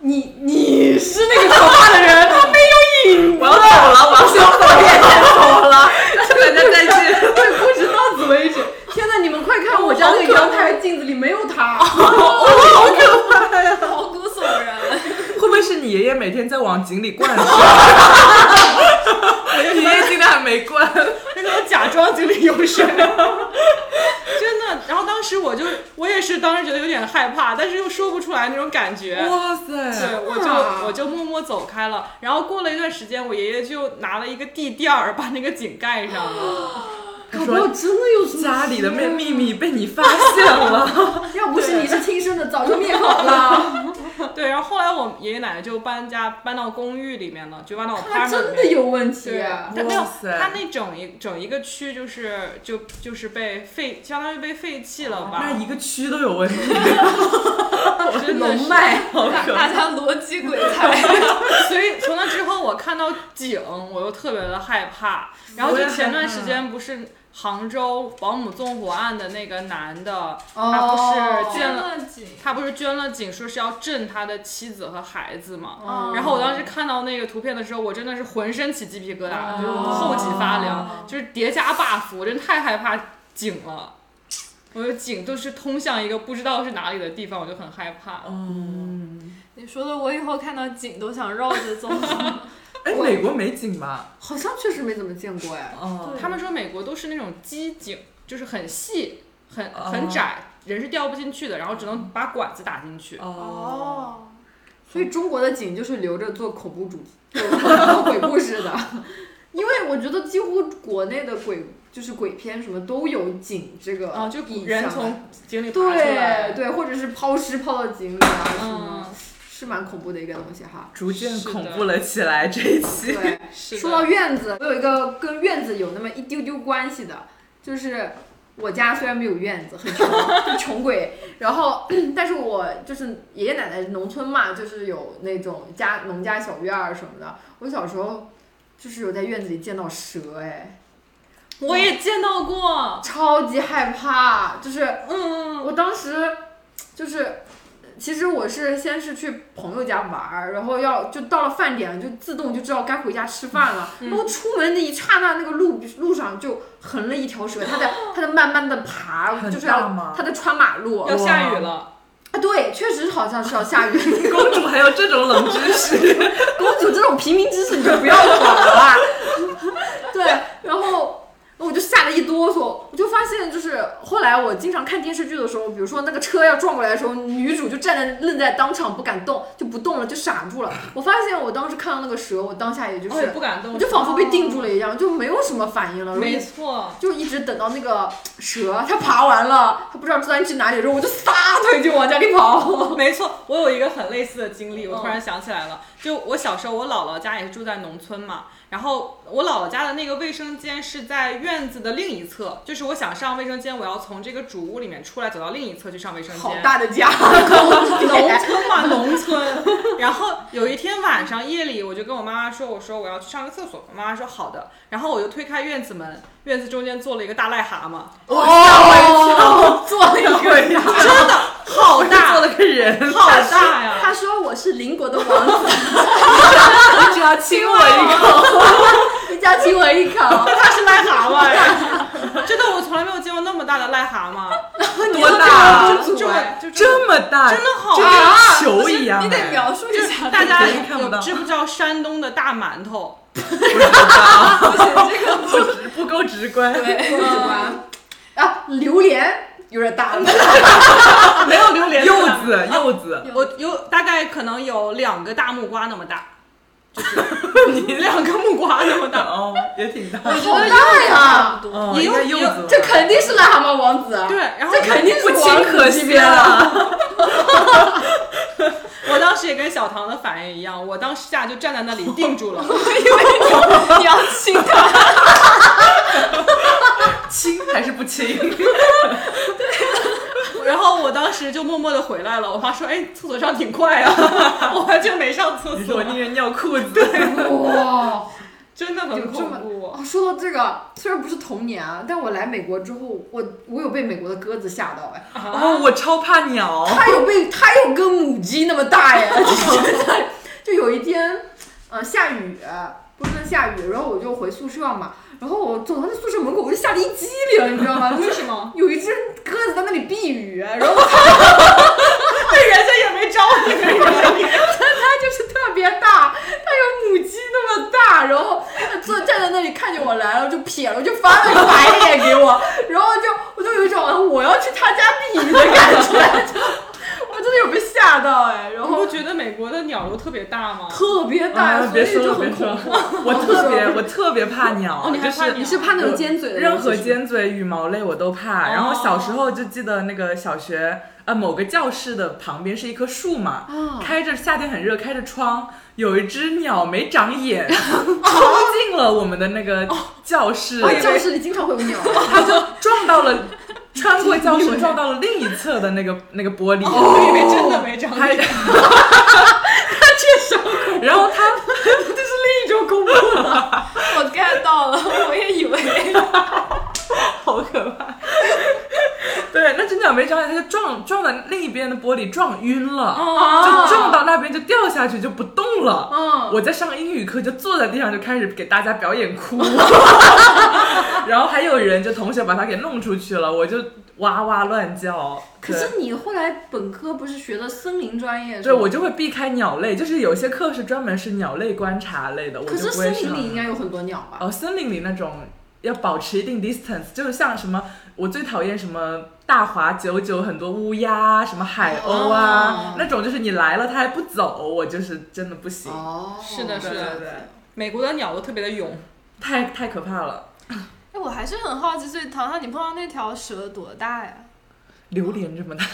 [SPEAKER 2] 你 你是那个可怕的人，他没有影。
[SPEAKER 4] 我要走了，我要先走了，走了，大家再见。
[SPEAKER 2] 对，不知到此为止。天呐，你们快看，我家那个阳台镜子里没有他。
[SPEAKER 3] 毛骨悚然。
[SPEAKER 4] 会不会是你爷爷每天在往井里灌水？爷爷今天还没灌，
[SPEAKER 1] 那种假装井里有水，真 的。然后当时我就，我也是当时觉得有点害怕，但是又说不出来那种感觉。
[SPEAKER 4] 哇
[SPEAKER 1] 对，
[SPEAKER 4] 塞！
[SPEAKER 1] 我就我就默默走开了。然后过了一段时间，我爷爷就拿了一个地垫儿把那个井盖上了。
[SPEAKER 2] 搞不好真的有什么啊
[SPEAKER 4] 家里的秘秘密被你发现
[SPEAKER 1] 啊
[SPEAKER 4] 了，
[SPEAKER 2] 要不是你是亲生的，早就灭口 了。
[SPEAKER 1] 对，然后后来我爷爷奶奶就搬家搬到公寓里面了，就搬到我
[SPEAKER 2] 他
[SPEAKER 1] apartment
[SPEAKER 2] 真
[SPEAKER 1] 里
[SPEAKER 2] 的
[SPEAKER 1] 面。
[SPEAKER 2] 有问题
[SPEAKER 1] 对，
[SPEAKER 2] 啊。
[SPEAKER 1] 但没有
[SPEAKER 4] 哇，塞
[SPEAKER 1] 他那整一整一个区就是就就是被废，相当于被废弃了吧？
[SPEAKER 4] 那一个区都有 问题，
[SPEAKER 1] 真的是
[SPEAKER 2] 龙脉，
[SPEAKER 4] 好
[SPEAKER 3] 大
[SPEAKER 4] 可
[SPEAKER 3] 大
[SPEAKER 4] 怕！
[SPEAKER 3] 家逻辑鬼才，
[SPEAKER 1] 所以从那之后，我看到井，我又特别的害怕。然后就前段时间不是杭州保姆纵火案的那个男的，他
[SPEAKER 3] 哦
[SPEAKER 1] 不是捐了，
[SPEAKER 3] 井。
[SPEAKER 1] 他不是捐了井，说是要镇他的妻子和孩子嘛。
[SPEAKER 2] 哦
[SPEAKER 1] 然后我当时看到那个图片的时候，我真的是浑身起鸡皮疙瘩，就是后脊发凉，就是叠加 buff，我真太害怕井了。我的井都是通向一个不知道是哪里的地方，我就很害怕。
[SPEAKER 4] 哦嗯，
[SPEAKER 3] 你说的我以后看到井都想绕着 走。
[SPEAKER 4] 哎，美国没井吧？
[SPEAKER 2] 好像确实没怎么见过哎。
[SPEAKER 4] 哦，
[SPEAKER 1] 他们说美国都是那种机井，就是很细、很
[SPEAKER 4] 哦
[SPEAKER 1] 很窄，人是掉不进去的，然后只能把管子打进去。
[SPEAKER 4] 哦，，
[SPEAKER 2] 所以中国的景就是留着做恐 怖主题、做鬼故事的，因为我觉得几乎国内的鬼就是鬼片什么都有井这个
[SPEAKER 1] 啊，就
[SPEAKER 2] 意
[SPEAKER 1] 人
[SPEAKER 2] 象
[SPEAKER 1] 从井里爬出来，
[SPEAKER 2] 对对，或者是抛尸抛到井里啊什么，
[SPEAKER 1] 嗯，
[SPEAKER 2] 是蛮恐怖的一个东西 哈。
[SPEAKER 4] 逐渐
[SPEAKER 1] 是的
[SPEAKER 4] 恐怖了起来。这一期
[SPEAKER 2] 对，
[SPEAKER 1] 是的
[SPEAKER 2] 说到院子，我有一个跟院子有那么一丢丢关系的，就是我家虽然没有院子，很穷，就穷鬼，然后但是我就是爷爷奶奶农村嘛，就是有那种家农家小院儿什么的。我小时候就是有在院子里见到蛇，哎，
[SPEAKER 1] 我也见到过，
[SPEAKER 2] 超级害怕，就是
[SPEAKER 1] 嗯，
[SPEAKER 2] 我当时就是，其实我是先是去朋友家玩儿，然后要就到了饭点就自动就知道该回家吃饭了。
[SPEAKER 1] 嗯
[SPEAKER 2] 然后出门那一刹那，那个路路上就横了一 条蛇，它在它在慢慢的爬，
[SPEAKER 4] 很
[SPEAKER 2] 就是
[SPEAKER 4] 大
[SPEAKER 2] 要
[SPEAKER 4] 吗
[SPEAKER 2] 它在穿马路。
[SPEAKER 1] 要
[SPEAKER 2] 啊，
[SPEAKER 1] 下雨了，
[SPEAKER 2] 对，确实好像是要下雨。
[SPEAKER 4] 公主还有这种冷知识，
[SPEAKER 2] 公主这种平民知识你就不要管了啊。 对，然后我就吓得一哆嗦，我就发现就是后来我经常看电视剧的时候，比如说那个车要撞过来的时候，女主就站在愣在当场不敢动，就不动了，就傻住了。我发现我当时看到那个蛇，我当下也就
[SPEAKER 1] 我也
[SPEAKER 2] 是，
[SPEAKER 1] 哦不敢动，
[SPEAKER 2] 我就仿佛被定住了一样，就没有什么反应了。
[SPEAKER 1] 没错，
[SPEAKER 2] 就一直等到那个蛇它爬完了，它不知道钻去哪里的时候，我就撒腿就往家里跑。
[SPEAKER 1] 没错，我有一个很类似的经历，我
[SPEAKER 4] 哦
[SPEAKER 1] 突然想起来了，就我小时候，我姥姥家也是住在农村嘛，然后我姥姥家的那个卫生间是在院子的另一侧，就是我想上卫生间，我要从这个主屋里面出来，走到另一侧去上卫生间。
[SPEAKER 2] 好大的 家，
[SPEAKER 1] 农村嘛， 农村。然后有一天晚上夜里，我就跟我妈妈说，我说我要去上个厕所。我妈妈说好的。然后我就推开院子门，院子中间坐了一个大癞蛤蟆，
[SPEAKER 2] 哦，做了一个家。
[SPEAKER 1] 真的好
[SPEAKER 4] 做
[SPEAKER 1] 大，
[SPEAKER 4] 了个人，
[SPEAKER 1] 好大呀！
[SPEAKER 2] 他说我是邻国的王子，
[SPEAKER 4] 你只要亲我
[SPEAKER 1] 啊
[SPEAKER 4] 一口，
[SPEAKER 2] 你再亲我一口。
[SPEAKER 1] 它是癞蛤蟆呀， 真的，我从来没有见过那么大的癞蛤蟆，
[SPEAKER 4] 多大
[SPEAKER 2] 这
[SPEAKER 4] 啊
[SPEAKER 2] 个？公
[SPEAKER 1] 就
[SPEAKER 2] 主哎，
[SPEAKER 1] 就
[SPEAKER 4] 这么大，
[SPEAKER 1] 真的好
[SPEAKER 4] 就
[SPEAKER 1] 大。
[SPEAKER 4] 跟球一样哎，
[SPEAKER 3] 你得描述一下，
[SPEAKER 1] 大 家
[SPEAKER 4] 别人看不
[SPEAKER 1] 有
[SPEAKER 4] 到
[SPEAKER 1] 知不知道山东的大馒头？
[SPEAKER 4] 啊不够直观。
[SPEAKER 2] 公主啊，啊，榴莲有点大了，
[SPEAKER 1] 没有榴莲
[SPEAKER 4] 柚子，柚子，
[SPEAKER 1] 我有大概可能有两个大木瓜那么大，就是你两个木瓜那么大，
[SPEAKER 4] 哦，也挺大。
[SPEAKER 2] 好大呀！
[SPEAKER 4] 哦，
[SPEAKER 1] 也
[SPEAKER 4] 应
[SPEAKER 1] 有
[SPEAKER 4] 该柚
[SPEAKER 1] 也有
[SPEAKER 4] 子吧，
[SPEAKER 2] 这肯定是癞蛤蟆王子啊！
[SPEAKER 1] 对，，然后
[SPEAKER 2] 这肯定是
[SPEAKER 4] 不
[SPEAKER 2] 王啊
[SPEAKER 4] 亲
[SPEAKER 2] 子
[SPEAKER 4] 可
[SPEAKER 2] 级
[SPEAKER 4] 惜
[SPEAKER 2] 别的。
[SPEAKER 4] 了。
[SPEAKER 1] 我当时也跟小唐的反应一样，我当时下就站在那里定住了，
[SPEAKER 3] 你要亲他。
[SPEAKER 4] 亲还是不亲？
[SPEAKER 1] 然后我当时就默默的回来了。我妈说：“哎，厕所上挺快啊， 我就没上厕
[SPEAKER 4] 你
[SPEAKER 1] 所
[SPEAKER 4] 说我，宁愿尿裤子。
[SPEAKER 2] 哇，
[SPEAKER 1] 真的
[SPEAKER 2] 有
[SPEAKER 1] 很
[SPEAKER 2] 这么
[SPEAKER 1] 恐 怖。
[SPEAKER 2] 哦，说到这个，虽然不是童年啊，但我来美国之后，我我有被美国的鸽子吓到哎，
[SPEAKER 4] 哦，我超怕鸟。
[SPEAKER 2] 它有被它有跟母鸡那么大 呀，就是真的。就有一天，呃，下雨，不是下雨，然后我就回宿舍嘛，然后我走到那宿舍门口，我就吓得一激灵，你知道吗？就是
[SPEAKER 1] 为什么？
[SPEAKER 2] 有一只鸽子在那里避雨，然 后它
[SPEAKER 1] 对，人家也没招你。
[SPEAKER 2] 就是特别大，它有母鸡那么大，然后它坐站在那里看见我来了，就瞥了，就翻了个白眼给我，然后就我就有一种啊我要去他家避雨的感觉，就 我真的有被吓到哎，然
[SPEAKER 1] 你
[SPEAKER 2] 后
[SPEAKER 1] 不觉得美国的鸟都特别大 吗？
[SPEAKER 2] 特别大，
[SPEAKER 4] 啊！
[SPEAKER 2] 所
[SPEAKER 4] 别
[SPEAKER 2] 以
[SPEAKER 4] 说
[SPEAKER 2] 就
[SPEAKER 4] 了，
[SPEAKER 2] 很
[SPEAKER 4] 别
[SPEAKER 2] 恐
[SPEAKER 4] 说了
[SPEAKER 2] 怖。，
[SPEAKER 4] 我特别我特别怕鸟，
[SPEAKER 1] 哦你还
[SPEAKER 4] 就是
[SPEAKER 1] 怕鸟
[SPEAKER 2] 你是怕那种哦尖嘴的
[SPEAKER 4] 任何
[SPEAKER 2] 东西
[SPEAKER 4] 尖嘴、羽毛类我都怕。然后小时候就记得那个小学呃某个教室的旁边是一棵树嘛，
[SPEAKER 2] 啊
[SPEAKER 4] 开着夏天很热，开着窗，有一只鸟没长眼 冲进了我们的那个教室，
[SPEAKER 2] 哦，教室里经常会有 鸟，
[SPEAKER 4] 它就撞到 了，穿过教室撞到了另一侧的那个那个玻璃。
[SPEAKER 1] 我以为真的没招
[SPEAKER 4] 还，
[SPEAKER 1] 你。
[SPEAKER 4] 他确实，然后他这是另一种恐怖，
[SPEAKER 3] 我 get 到了，我也以为
[SPEAKER 4] 好可怕。对，那只鸟没长眼，它就撞撞到另一边的玻璃，撞晕了，
[SPEAKER 1] 啊
[SPEAKER 4] 就撞到那边就掉下去就不动了。
[SPEAKER 2] 嗯
[SPEAKER 4] 我在上英语课就坐在地上就开始给大家表演哭， 然后还有人就同学把它给弄出去了，我就哇哇乱叫。
[SPEAKER 2] 可
[SPEAKER 4] 对
[SPEAKER 2] 是你后来本科不是学的森林专业？
[SPEAKER 4] 对，我。就会避开鸟类，就是有些课是专门是鸟类观察类的，我
[SPEAKER 2] 可
[SPEAKER 4] 就是不会
[SPEAKER 2] 森林
[SPEAKER 4] 上。
[SPEAKER 2] 里应该有很多鸟吧？
[SPEAKER 4] 哦，森林里那种要保持一定 distance，就是像什么，我最讨厌什么大华九九，很多乌鸦啊，什么海鸥
[SPEAKER 2] 哦
[SPEAKER 4] 啊，那种就是你来了它还不走，我就是真的不行，
[SPEAKER 2] 哦，
[SPEAKER 1] 是的
[SPEAKER 4] 对
[SPEAKER 1] 是的
[SPEAKER 4] 对对，
[SPEAKER 1] 美国的鸟都特别的勇，
[SPEAKER 4] 太太可怕了。
[SPEAKER 3] 哎，我还是很好奇，所以糖糖，你碰到那条蛇多大呀？
[SPEAKER 4] 榴莲这么大，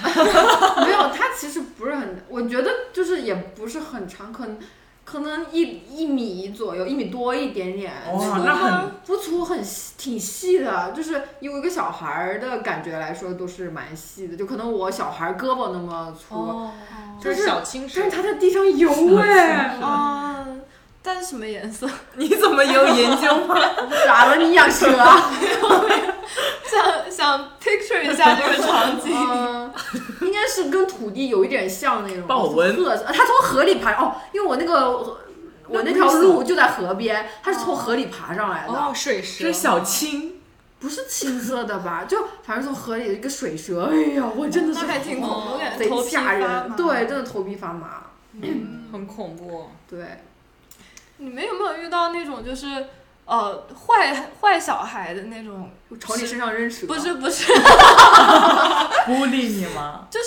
[SPEAKER 2] 没有，它其实不是很，我觉得就是也不是很长，可能可能一一米左右，一米多一点点，
[SPEAKER 4] 哇，那很
[SPEAKER 2] 不粗很细，挺细的，就是以我一个小孩儿的感觉来说，都是蛮细的，就可能我小孩儿胳膊那么粗，
[SPEAKER 3] 哦
[SPEAKER 1] 就
[SPEAKER 2] 但
[SPEAKER 1] 是
[SPEAKER 2] 是
[SPEAKER 1] 小青蛇
[SPEAKER 2] 但是。它在地上 游哎、
[SPEAKER 3] 啊，但是什么颜色？
[SPEAKER 4] 你怎么有研究吗？
[SPEAKER 2] 咋了你养啊蛇？
[SPEAKER 3] 想想 picture 一下这个场 景。
[SPEAKER 2] 嗯，应该是跟土地有一点像那种
[SPEAKER 4] 豹纹
[SPEAKER 2] 褐色，啊它从河里爬哦，因为我那个我那条路就在河边，它是从河里爬上来的，
[SPEAKER 1] 哦，水蛇，
[SPEAKER 4] 这是小青，
[SPEAKER 2] 不是青色的吧？就反正从河里一个水蛇，哎呀，我真的是
[SPEAKER 3] 那还挺恐怖，
[SPEAKER 1] 哦
[SPEAKER 3] 感觉
[SPEAKER 2] 贼
[SPEAKER 3] 头皮
[SPEAKER 2] 吓
[SPEAKER 3] 发
[SPEAKER 2] 人，
[SPEAKER 3] 麻。
[SPEAKER 2] 对，，真的头皮发麻，
[SPEAKER 1] 很恐怖。
[SPEAKER 2] 对，
[SPEAKER 3] 你们有没有遇到那种就是呃坏坏小孩的那种？
[SPEAKER 2] 我朝你身上扔蛇，
[SPEAKER 3] 不是不是，
[SPEAKER 4] 孤立你吗？
[SPEAKER 3] 就是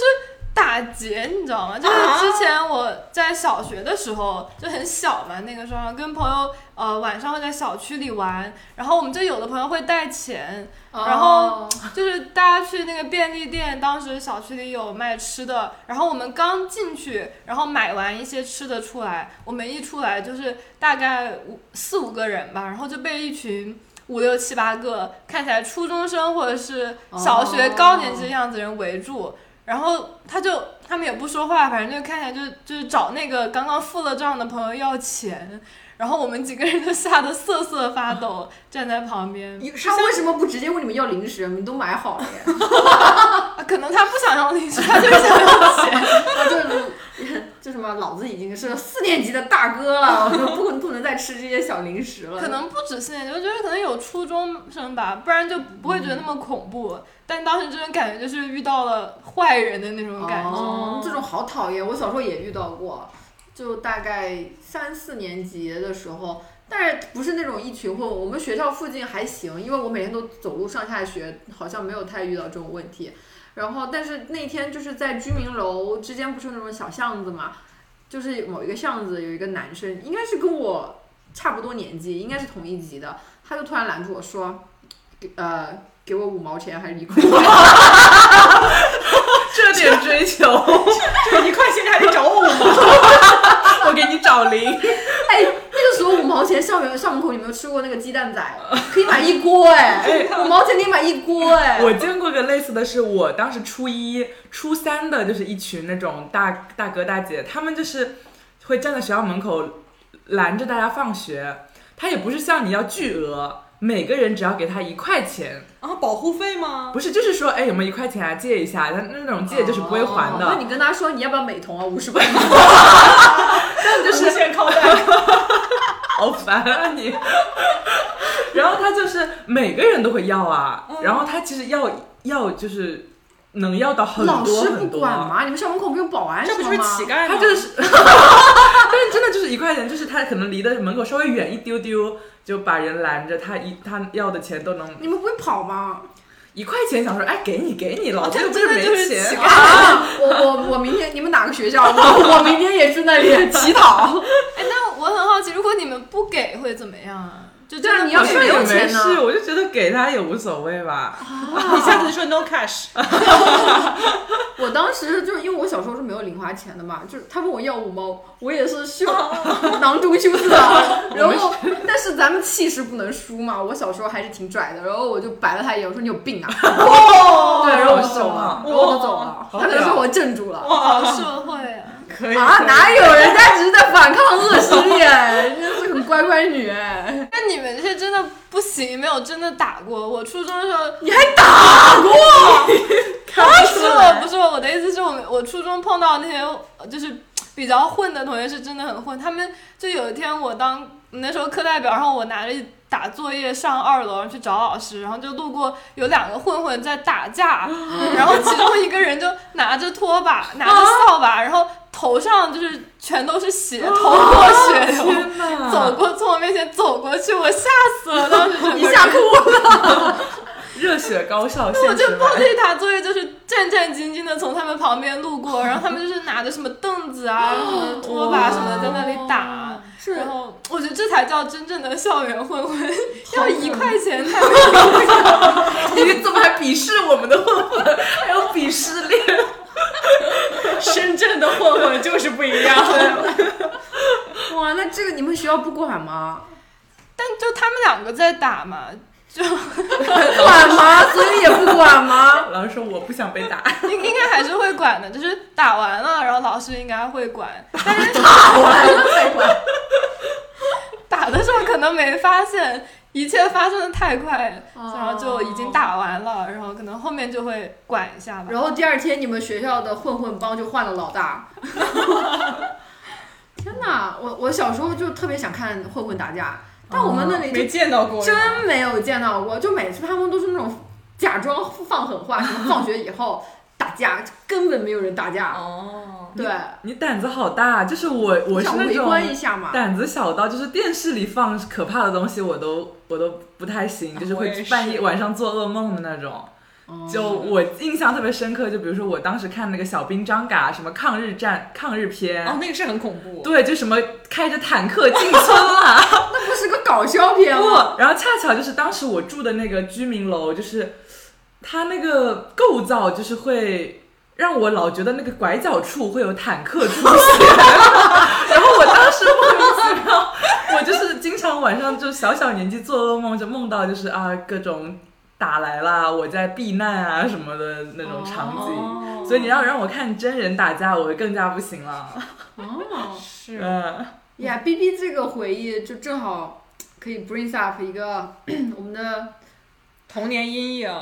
[SPEAKER 3] 打劫，你知道吗？就是之前我在小学的时候就很小嘛，那个时候跟朋友呃晚上会在小区里玩，然后我们就有的朋友会带钱，
[SPEAKER 2] 哦，
[SPEAKER 3] 然后就是大家去那个便利店，当时小区里有卖吃的，然后我们刚进去，然后买完一些吃的出来，我们一出来就是大概五四五个人吧，然后就被一群五六七八个看起来初中生或者是小学
[SPEAKER 2] 哦
[SPEAKER 3] 高年级的样子的人围住。然后他就他们也不说话，反正就看起来就就是找那个刚刚付了账的朋友要钱，然后我们几个人就吓得瑟瑟发抖，站在旁边。
[SPEAKER 1] 一个是
[SPEAKER 2] 他
[SPEAKER 1] 像
[SPEAKER 2] 为什么不直接问你们要零食？你们都买好了呀，
[SPEAKER 3] 啊，可能他不想要零食，他就是想要钱。
[SPEAKER 2] 啊，就是就什么，老子已经是四年级的大哥了，我说不不能再吃这些小零食了，
[SPEAKER 3] 可能不止四年级，我觉得可能有初中生吧，不然就不会觉得那么恐怖。但当时真的感觉就是遇到了坏人的那嗯种感觉。
[SPEAKER 2] 哦，这种好讨厌，我小时候也遇到过，就大概三四年级的时候，但是不是那种一群混，我们学校附近还行，因为我每天都走路上下学，好像没有太遇到这种问题。然后，但是那天就是在居民楼之间，不是有那种小巷子嘛，就是某一个巷子有一个男生，应该是跟我差不多年纪，应该是同一级的，他就突然拦住我说，给呃，给我五毛钱还是一块钱？
[SPEAKER 4] 这点追求，
[SPEAKER 1] 就一块钱你还得找我吗？
[SPEAKER 4] 我给你找零。
[SPEAKER 2] 哎，那个时候五毛钱，校园校门口有没有吃过那个鸡 蛋仔？可以买一锅哎，五毛钱可以买一锅哎。
[SPEAKER 4] 我见过个类似的是，我当时初一、初三的，就是一群那种大大哥大姐，他们就是会站在学校门口拦着大家放学。他也不是像你要巨额，每个人只要给他一块钱，
[SPEAKER 1] 啊，保护费吗？
[SPEAKER 4] 不是就是说，哎，有没有一块钱啊？借一下，但那种借就是不会还的。
[SPEAKER 2] 哦那你跟他说你要不要美瞳啊？五 十块钱。
[SPEAKER 1] 就是现靠贷。
[SPEAKER 4] 好烦啊你！然后他就是每个人都会要啊，
[SPEAKER 2] 嗯
[SPEAKER 4] 然后他其实要要就是能要到很
[SPEAKER 2] 老
[SPEAKER 4] 多
[SPEAKER 2] 师
[SPEAKER 4] 很
[SPEAKER 2] 不
[SPEAKER 4] 多，
[SPEAKER 2] 管吗？你们校门口没有保安
[SPEAKER 1] 这不就
[SPEAKER 2] 什么
[SPEAKER 1] 是
[SPEAKER 2] 吗？
[SPEAKER 1] 乞丐吗？
[SPEAKER 4] 他就是， 但是真的就是一块钱，就是他可能离的门口稍微远一丢丢，就把人拦着，他一他要的钱都能
[SPEAKER 2] 你们不会跑吗？
[SPEAKER 4] 一块钱，想说哎给你给你，老
[SPEAKER 2] 哦
[SPEAKER 4] 子又不
[SPEAKER 3] 哦真的
[SPEAKER 4] 没
[SPEAKER 3] 就是乞
[SPEAKER 4] 钱，
[SPEAKER 3] 丐
[SPEAKER 2] 啊！我我我明天你们哪个学校？ 我我明天也去那里乞讨。
[SPEAKER 3] 哎，但我很好奇，如果你们不给会怎么样啊？就
[SPEAKER 2] 对啊
[SPEAKER 3] 真的
[SPEAKER 2] 你
[SPEAKER 4] 好
[SPEAKER 2] 要
[SPEAKER 3] 不
[SPEAKER 2] 是
[SPEAKER 4] 像
[SPEAKER 3] 给
[SPEAKER 4] 也
[SPEAKER 2] 没有
[SPEAKER 4] 没
[SPEAKER 2] 钱呢
[SPEAKER 4] 事，我就觉得给他也无所谓吧。
[SPEAKER 1] 你下次就说 no cash，
[SPEAKER 2] 我当时就是因为我小时候是没有零花钱的嘛，就是他问我要五毛，我也是羞
[SPEAKER 3] 哦
[SPEAKER 2] 囊中羞涩，啊 然后但是咱们气势不能输嘛，我小时候还是挺拽的，然后我就白了他一眼，我说你有病啊，对，然后我就走了，然后我就走了，
[SPEAKER 4] 哇
[SPEAKER 2] 他可能说我镇住了。
[SPEAKER 3] 啊好哦社会啊！
[SPEAKER 4] 可以
[SPEAKER 2] 啊，哪有人家只是在反抗恶势力， 人家是个乖乖女哎，
[SPEAKER 3] 但你们这真的不行，没有真的打过。我初中的时候
[SPEAKER 2] 你还打过？
[SPEAKER 3] 不是我，不是我，我的意思是我们我初中碰到那些呃就是比较混的同学是真的很混，他们就有一天我当那时候课代表，然后我拿着一打作业上二楼，然后去找老师，然后就路过有两个混混在打 架，然后其中一个人就拿着拖把，拿着扫把，然后头上就是全都是血，
[SPEAKER 2] 啊
[SPEAKER 3] 头破血 流。
[SPEAKER 4] 天哪！
[SPEAKER 3] 走过从我面前走过去，我吓死了，当时整个
[SPEAKER 2] 一下哭了，
[SPEAKER 4] 热血高校，
[SPEAKER 3] 我
[SPEAKER 4] 现
[SPEAKER 3] 就
[SPEAKER 4] 实
[SPEAKER 3] 抱
[SPEAKER 4] 版
[SPEAKER 3] 着一沓作业，就是战战兢兢的从他们旁边路过，然后他们就是拿着什么凳子啊、什么拖把什么的在那里打，
[SPEAKER 2] 哦是
[SPEAKER 3] 然后我觉得这才叫真正的校园混混，
[SPEAKER 2] 好
[SPEAKER 3] 要
[SPEAKER 2] 冷
[SPEAKER 3] 一块钱才
[SPEAKER 4] 你怎么还鄙视我们的混混？还有鄙视链？
[SPEAKER 1] 深圳的混混就是不一样。
[SPEAKER 2] 哇，那这个你们学校不管吗？
[SPEAKER 3] 但就他们两个在打嘛，就
[SPEAKER 2] 管吗？所以也不管吗？
[SPEAKER 4] 老师说我不想被打，
[SPEAKER 3] 应应该还是会管的，就是打完了，然后老师应该会管，啊打的时候可能没发现，一切发生的太快，
[SPEAKER 2] 哦
[SPEAKER 3] 然后就已经打完了，然后可能后面就会管一下吧。
[SPEAKER 2] 然后第二天，你们学校的混混帮就换了老大。 天哪，我我小时候就特别想看混混打架，但我们那
[SPEAKER 4] 哦
[SPEAKER 2] 里就
[SPEAKER 1] 没见到过，
[SPEAKER 2] 真没有见到过，就每次他们都是那种假装放狠话，什么放学以后打架，根本没有人打架。
[SPEAKER 1] 哦，
[SPEAKER 2] 对，
[SPEAKER 4] 你胆子好大！就是我，我是
[SPEAKER 2] 想
[SPEAKER 4] 那
[SPEAKER 2] 围
[SPEAKER 4] 种
[SPEAKER 2] 观一下嘛。
[SPEAKER 4] 胆子小到就是电视里放可怕的东西，我都我都不太行，就是哦
[SPEAKER 1] 我
[SPEAKER 4] 会
[SPEAKER 1] 也是
[SPEAKER 4] 半夜晚上做噩梦的那种。就我印象特别深刻，就比如说我当时看那个小兵张嘎什么抗日战抗日片，
[SPEAKER 1] 哦，那个是很恐怖。
[SPEAKER 4] 对，就什么开着坦克进村了，
[SPEAKER 2] 那不是个搞笑片吗？
[SPEAKER 4] 然后恰巧就是当时我住的那个居民楼，就是它那个构造就是会让我老觉得那个拐角处会有坦克出现， 然后我当时莫名其妙，我就是经常晚上就小小年纪做噩梦，就梦到就是啊各种打来啦，我在避难啊什么的那种场景。
[SPEAKER 1] 哦
[SPEAKER 4] 所以你要让我看真人打架，我更加不行了。
[SPEAKER 2] 哦，
[SPEAKER 1] 是
[SPEAKER 4] 嗯，
[SPEAKER 2] 呀，B B 这个回忆就正好可以 bring up 一个 我们的
[SPEAKER 1] 童年阴影。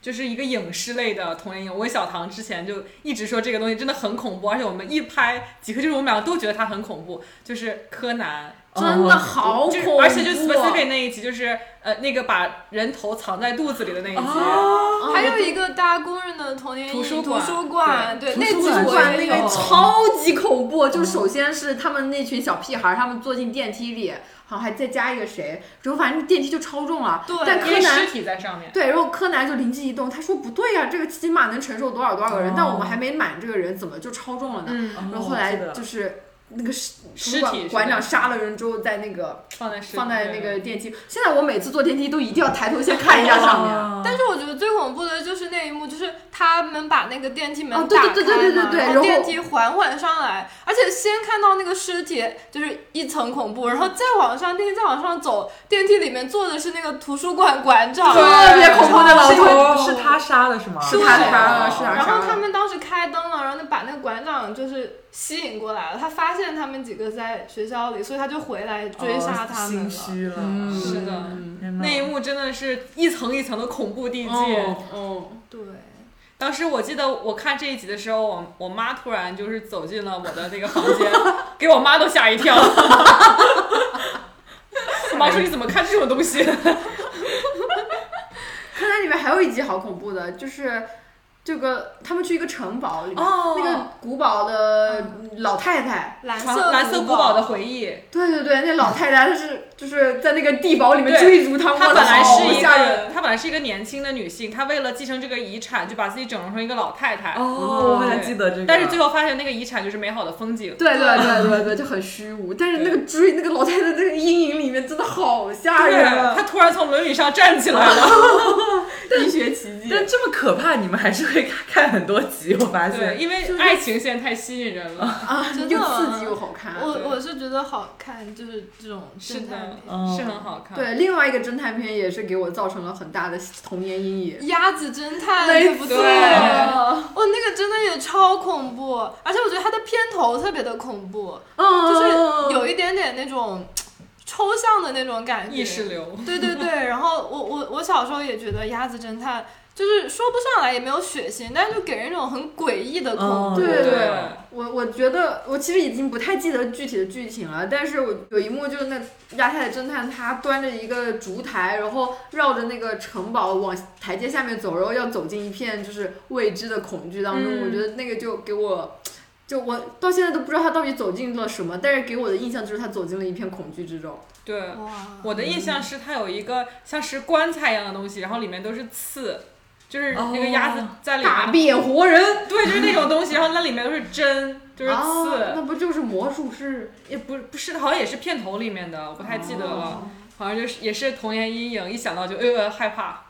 [SPEAKER 1] 就是一个影视类的童年阴影。我小唐之前就一直说这个东西真的很恐怖，而且我们一拍即合，就是我们两个都觉得它很恐怖。就是柯南，
[SPEAKER 2] 真的好
[SPEAKER 1] 就
[SPEAKER 2] 恐
[SPEAKER 1] 是
[SPEAKER 2] 怖啊，
[SPEAKER 1] 而哦且就 specific 那一集，就是呃那个把人头藏在肚子里的那一集，
[SPEAKER 4] 哦，
[SPEAKER 2] 啊
[SPEAKER 3] 还有一个大家公认的童年阴影
[SPEAKER 1] 图书
[SPEAKER 3] 图
[SPEAKER 1] 馆
[SPEAKER 3] 书馆，对，
[SPEAKER 4] 图
[SPEAKER 3] 那
[SPEAKER 4] 书
[SPEAKER 3] 集
[SPEAKER 4] 馆
[SPEAKER 3] 我
[SPEAKER 2] 哇，
[SPEAKER 3] 也
[SPEAKER 2] 那
[SPEAKER 3] 有。嗯
[SPEAKER 2] 个超级恐怖！就首先是他们那群小屁孩儿，他们坐进电梯里，好像还再加一个谁，然后反正电梯就超重了。
[SPEAKER 3] 对
[SPEAKER 2] 但
[SPEAKER 1] 因
[SPEAKER 2] 柯
[SPEAKER 1] 为尸
[SPEAKER 2] 南
[SPEAKER 1] 体在上面。
[SPEAKER 2] 对，然后柯南就灵机一动，他说不对啊呀、这个起码能承受多少多少个
[SPEAKER 3] 哦
[SPEAKER 2] 人，但我们还没满这个人，怎么就超重了呢？
[SPEAKER 3] 嗯，
[SPEAKER 4] 哦
[SPEAKER 2] 然后后来就是那个尸
[SPEAKER 1] 尸
[SPEAKER 2] 馆
[SPEAKER 1] 体是
[SPEAKER 2] 馆
[SPEAKER 1] 吧
[SPEAKER 2] 长杀了人之后，在那个
[SPEAKER 1] 放在尸
[SPEAKER 2] 放在
[SPEAKER 1] 体
[SPEAKER 2] 那个电梯。现在我每次坐电梯都一定要抬头先看一下上面。
[SPEAKER 4] 面
[SPEAKER 3] 但是我觉得最恐怖的就是那一幕，就是他们把那个电梯门
[SPEAKER 2] 哦
[SPEAKER 3] 打
[SPEAKER 2] 对对
[SPEAKER 3] 开嘛，
[SPEAKER 2] 对对对对对
[SPEAKER 3] 然
[SPEAKER 2] 然后
[SPEAKER 3] 电梯缓缓上来，而且先看到那个尸体就是一层恐怖，然后再往上电梯再往上走，电梯里面坐的是那个图书馆馆长，
[SPEAKER 2] 特别恐怖的老
[SPEAKER 4] 是因为
[SPEAKER 2] 头，
[SPEAKER 4] 是他杀的是吗？
[SPEAKER 2] 是他杀的，
[SPEAKER 1] 哦
[SPEAKER 2] 是他啊
[SPEAKER 3] 啊然
[SPEAKER 2] 杀
[SPEAKER 3] 后
[SPEAKER 2] 的。
[SPEAKER 3] 他们当时开灯了，然后那把那个馆长就是吸引过来了，他发现他们几个在学校里，所以他就回来追
[SPEAKER 2] 啊
[SPEAKER 3] 杀
[SPEAKER 2] 哦
[SPEAKER 3] 他们
[SPEAKER 4] 心
[SPEAKER 3] 了。
[SPEAKER 4] 虚了，
[SPEAKER 1] 是的
[SPEAKER 2] 嗯
[SPEAKER 4] 天哪
[SPEAKER 1] 那一幕真的是一层一层的恐怖地界。
[SPEAKER 2] 嗯，
[SPEAKER 3] 对，
[SPEAKER 1] 当时我记得我看这一集的时候，我我妈突然就是走进了我的那个房间，给我妈都吓一跳。我妈说：“你怎么看这种东西
[SPEAKER 2] 柯南里面还有一集好恐怖的，就是这个他们去一个城堡里？”面，
[SPEAKER 1] 哦
[SPEAKER 2] 那个古堡的老太太，
[SPEAKER 3] 蓝色
[SPEAKER 1] 蓝色
[SPEAKER 3] 古
[SPEAKER 1] 古堡的回忆，
[SPEAKER 2] 对对对，那老太太她是就是在那个地堡里面
[SPEAKER 1] 对
[SPEAKER 2] 追逐他们，
[SPEAKER 1] 她
[SPEAKER 2] 我
[SPEAKER 1] 本来
[SPEAKER 2] 操
[SPEAKER 1] 是一
[SPEAKER 2] 吓人
[SPEAKER 1] 个她本来是一个年轻的女性，她为了继承这个遗产，就把自己整容成一个老太太。
[SPEAKER 4] 哦，我好像记得这个，
[SPEAKER 1] 但是最后发现那个遗产就是美好的风景。
[SPEAKER 2] 对对对对对，就很虚无。但是那个追那个老太太那个阴影里面真的好吓
[SPEAKER 1] 对，
[SPEAKER 2] 人
[SPEAKER 1] 她
[SPEAKER 2] 啊！
[SPEAKER 1] 突然从轮椅上站起来了。
[SPEAKER 2] 医学奇迹。
[SPEAKER 4] 但这么可怕，你们还是会看看很多集，我发
[SPEAKER 1] 对，
[SPEAKER 4] 现。
[SPEAKER 1] 因为爱情线太吸引人了。
[SPEAKER 2] 啊，
[SPEAKER 3] 真的
[SPEAKER 2] 又刺激又好看。
[SPEAKER 3] 我我是觉得好看，就是这种
[SPEAKER 1] 是
[SPEAKER 3] 侦
[SPEAKER 1] 的
[SPEAKER 3] 探片。
[SPEAKER 4] 嗯
[SPEAKER 1] 是很好看。，
[SPEAKER 2] 对，另外一个侦探片也是给我造成了很大的童年阴影。
[SPEAKER 3] 鸭子侦探，
[SPEAKER 2] 没
[SPEAKER 3] 对不
[SPEAKER 1] 错
[SPEAKER 3] 对？哦，那个真的也超恐怖，而且我觉得它的片头特别的恐怖，
[SPEAKER 2] 嗯，
[SPEAKER 3] 就是有一点点那种抽象的那种感觉。
[SPEAKER 1] 意识流。
[SPEAKER 3] 对对对，然后我我我小时候也觉得鸭子侦探就是说不上来也没有血腥，但是就给人一种很诡异的恐
[SPEAKER 4] 嗯
[SPEAKER 3] 怖。
[SPEAKER 2] 对
[SPEAKER 1] 哦对，
[SPEAKER 2] 我我觉得我其实已经不太记得具体的剧情了，但是我有一幕就是那亚太的侦探他端着一个烛台，然后绕着那个城堡往台阶下面走，然后要走进一片就是未知的恐惧当中。
[SPEAKER 1] 嗯
[SPEAKER 2] 我觉得那个就给我，就我到现在都不知道他到底走进了什么，但是给我的印象就是他走进了一片恐惧之中。
[SPEAKER 1] 对
[SPEAKER 3] 哇，
[SPEAKER 1] 我的印象是它有一个像是棺材一样的东西，然后里面都是刺，就是那个鸭子在里
[SPEAKER 2] 大
[SPEAKER 1] 面，
[SPEAKER 2] 变活人，
[SPEAKER 1] 对，就是那种东西，然后那里面都是针，就是刺，
[SPEAKER 2] 啊，那不就是魔术师？
[SPEAKER 1] 也不不是，好像也是片头里面的，我不太记得了，好像就是也是童年阴影，一想到就呃害怕。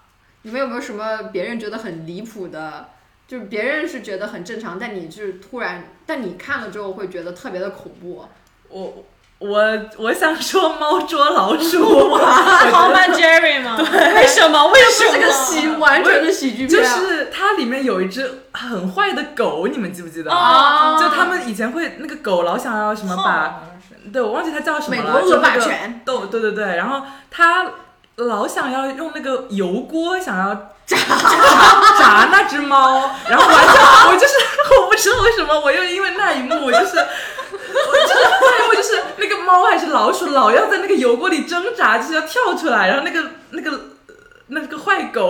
[SPEAKER 2] 你们有没有什么别人觉得很离谱的？就是别人是觉得很正常，但你是突然，但你看了之后会觉得特别的恐怖。
[SPEAKER 4] 我我我想说猫捉老鼠
[SPEAKER 1] Tom and Jerry 吗？为什么？为什么？
[SPEAKER 2] 这个喜完全的喜剧片
[SPEAKER 4] 就
[SPEAKER 2] 啊，
[SPEAKER 4] 是它里面有一只很坏的狗，你们记不记得？
[SPEAKER 2] 哦
[SPEAKER 1] 啊
[SPEAKER 4] 就他们以前会那个狗老想要什么把，对我忘记它叫什么
[SPEAKER 2] 美
[SPEAKER 4] 了，
[SPEAKER 2] 国
[SPEAKER 4] 就
[SPEAKER 2] 恶
[SPEAKER 4] 那
[SPEAKER 2] 霸
[SPEAKER 4] 个
[SPEAKER 2] 犬。
[SPEAKER 4] 豆，对对对，然后它老想要用那个油锅想要炸炸炸那只猫，然后晚上我就是我不知道为什么，我又因为那一幕我就是。我就是那一幕，就是那个猫还是老鼠，老要在那个油锅里挣扎，就是要跳出来，然后那个那个那个坏狗，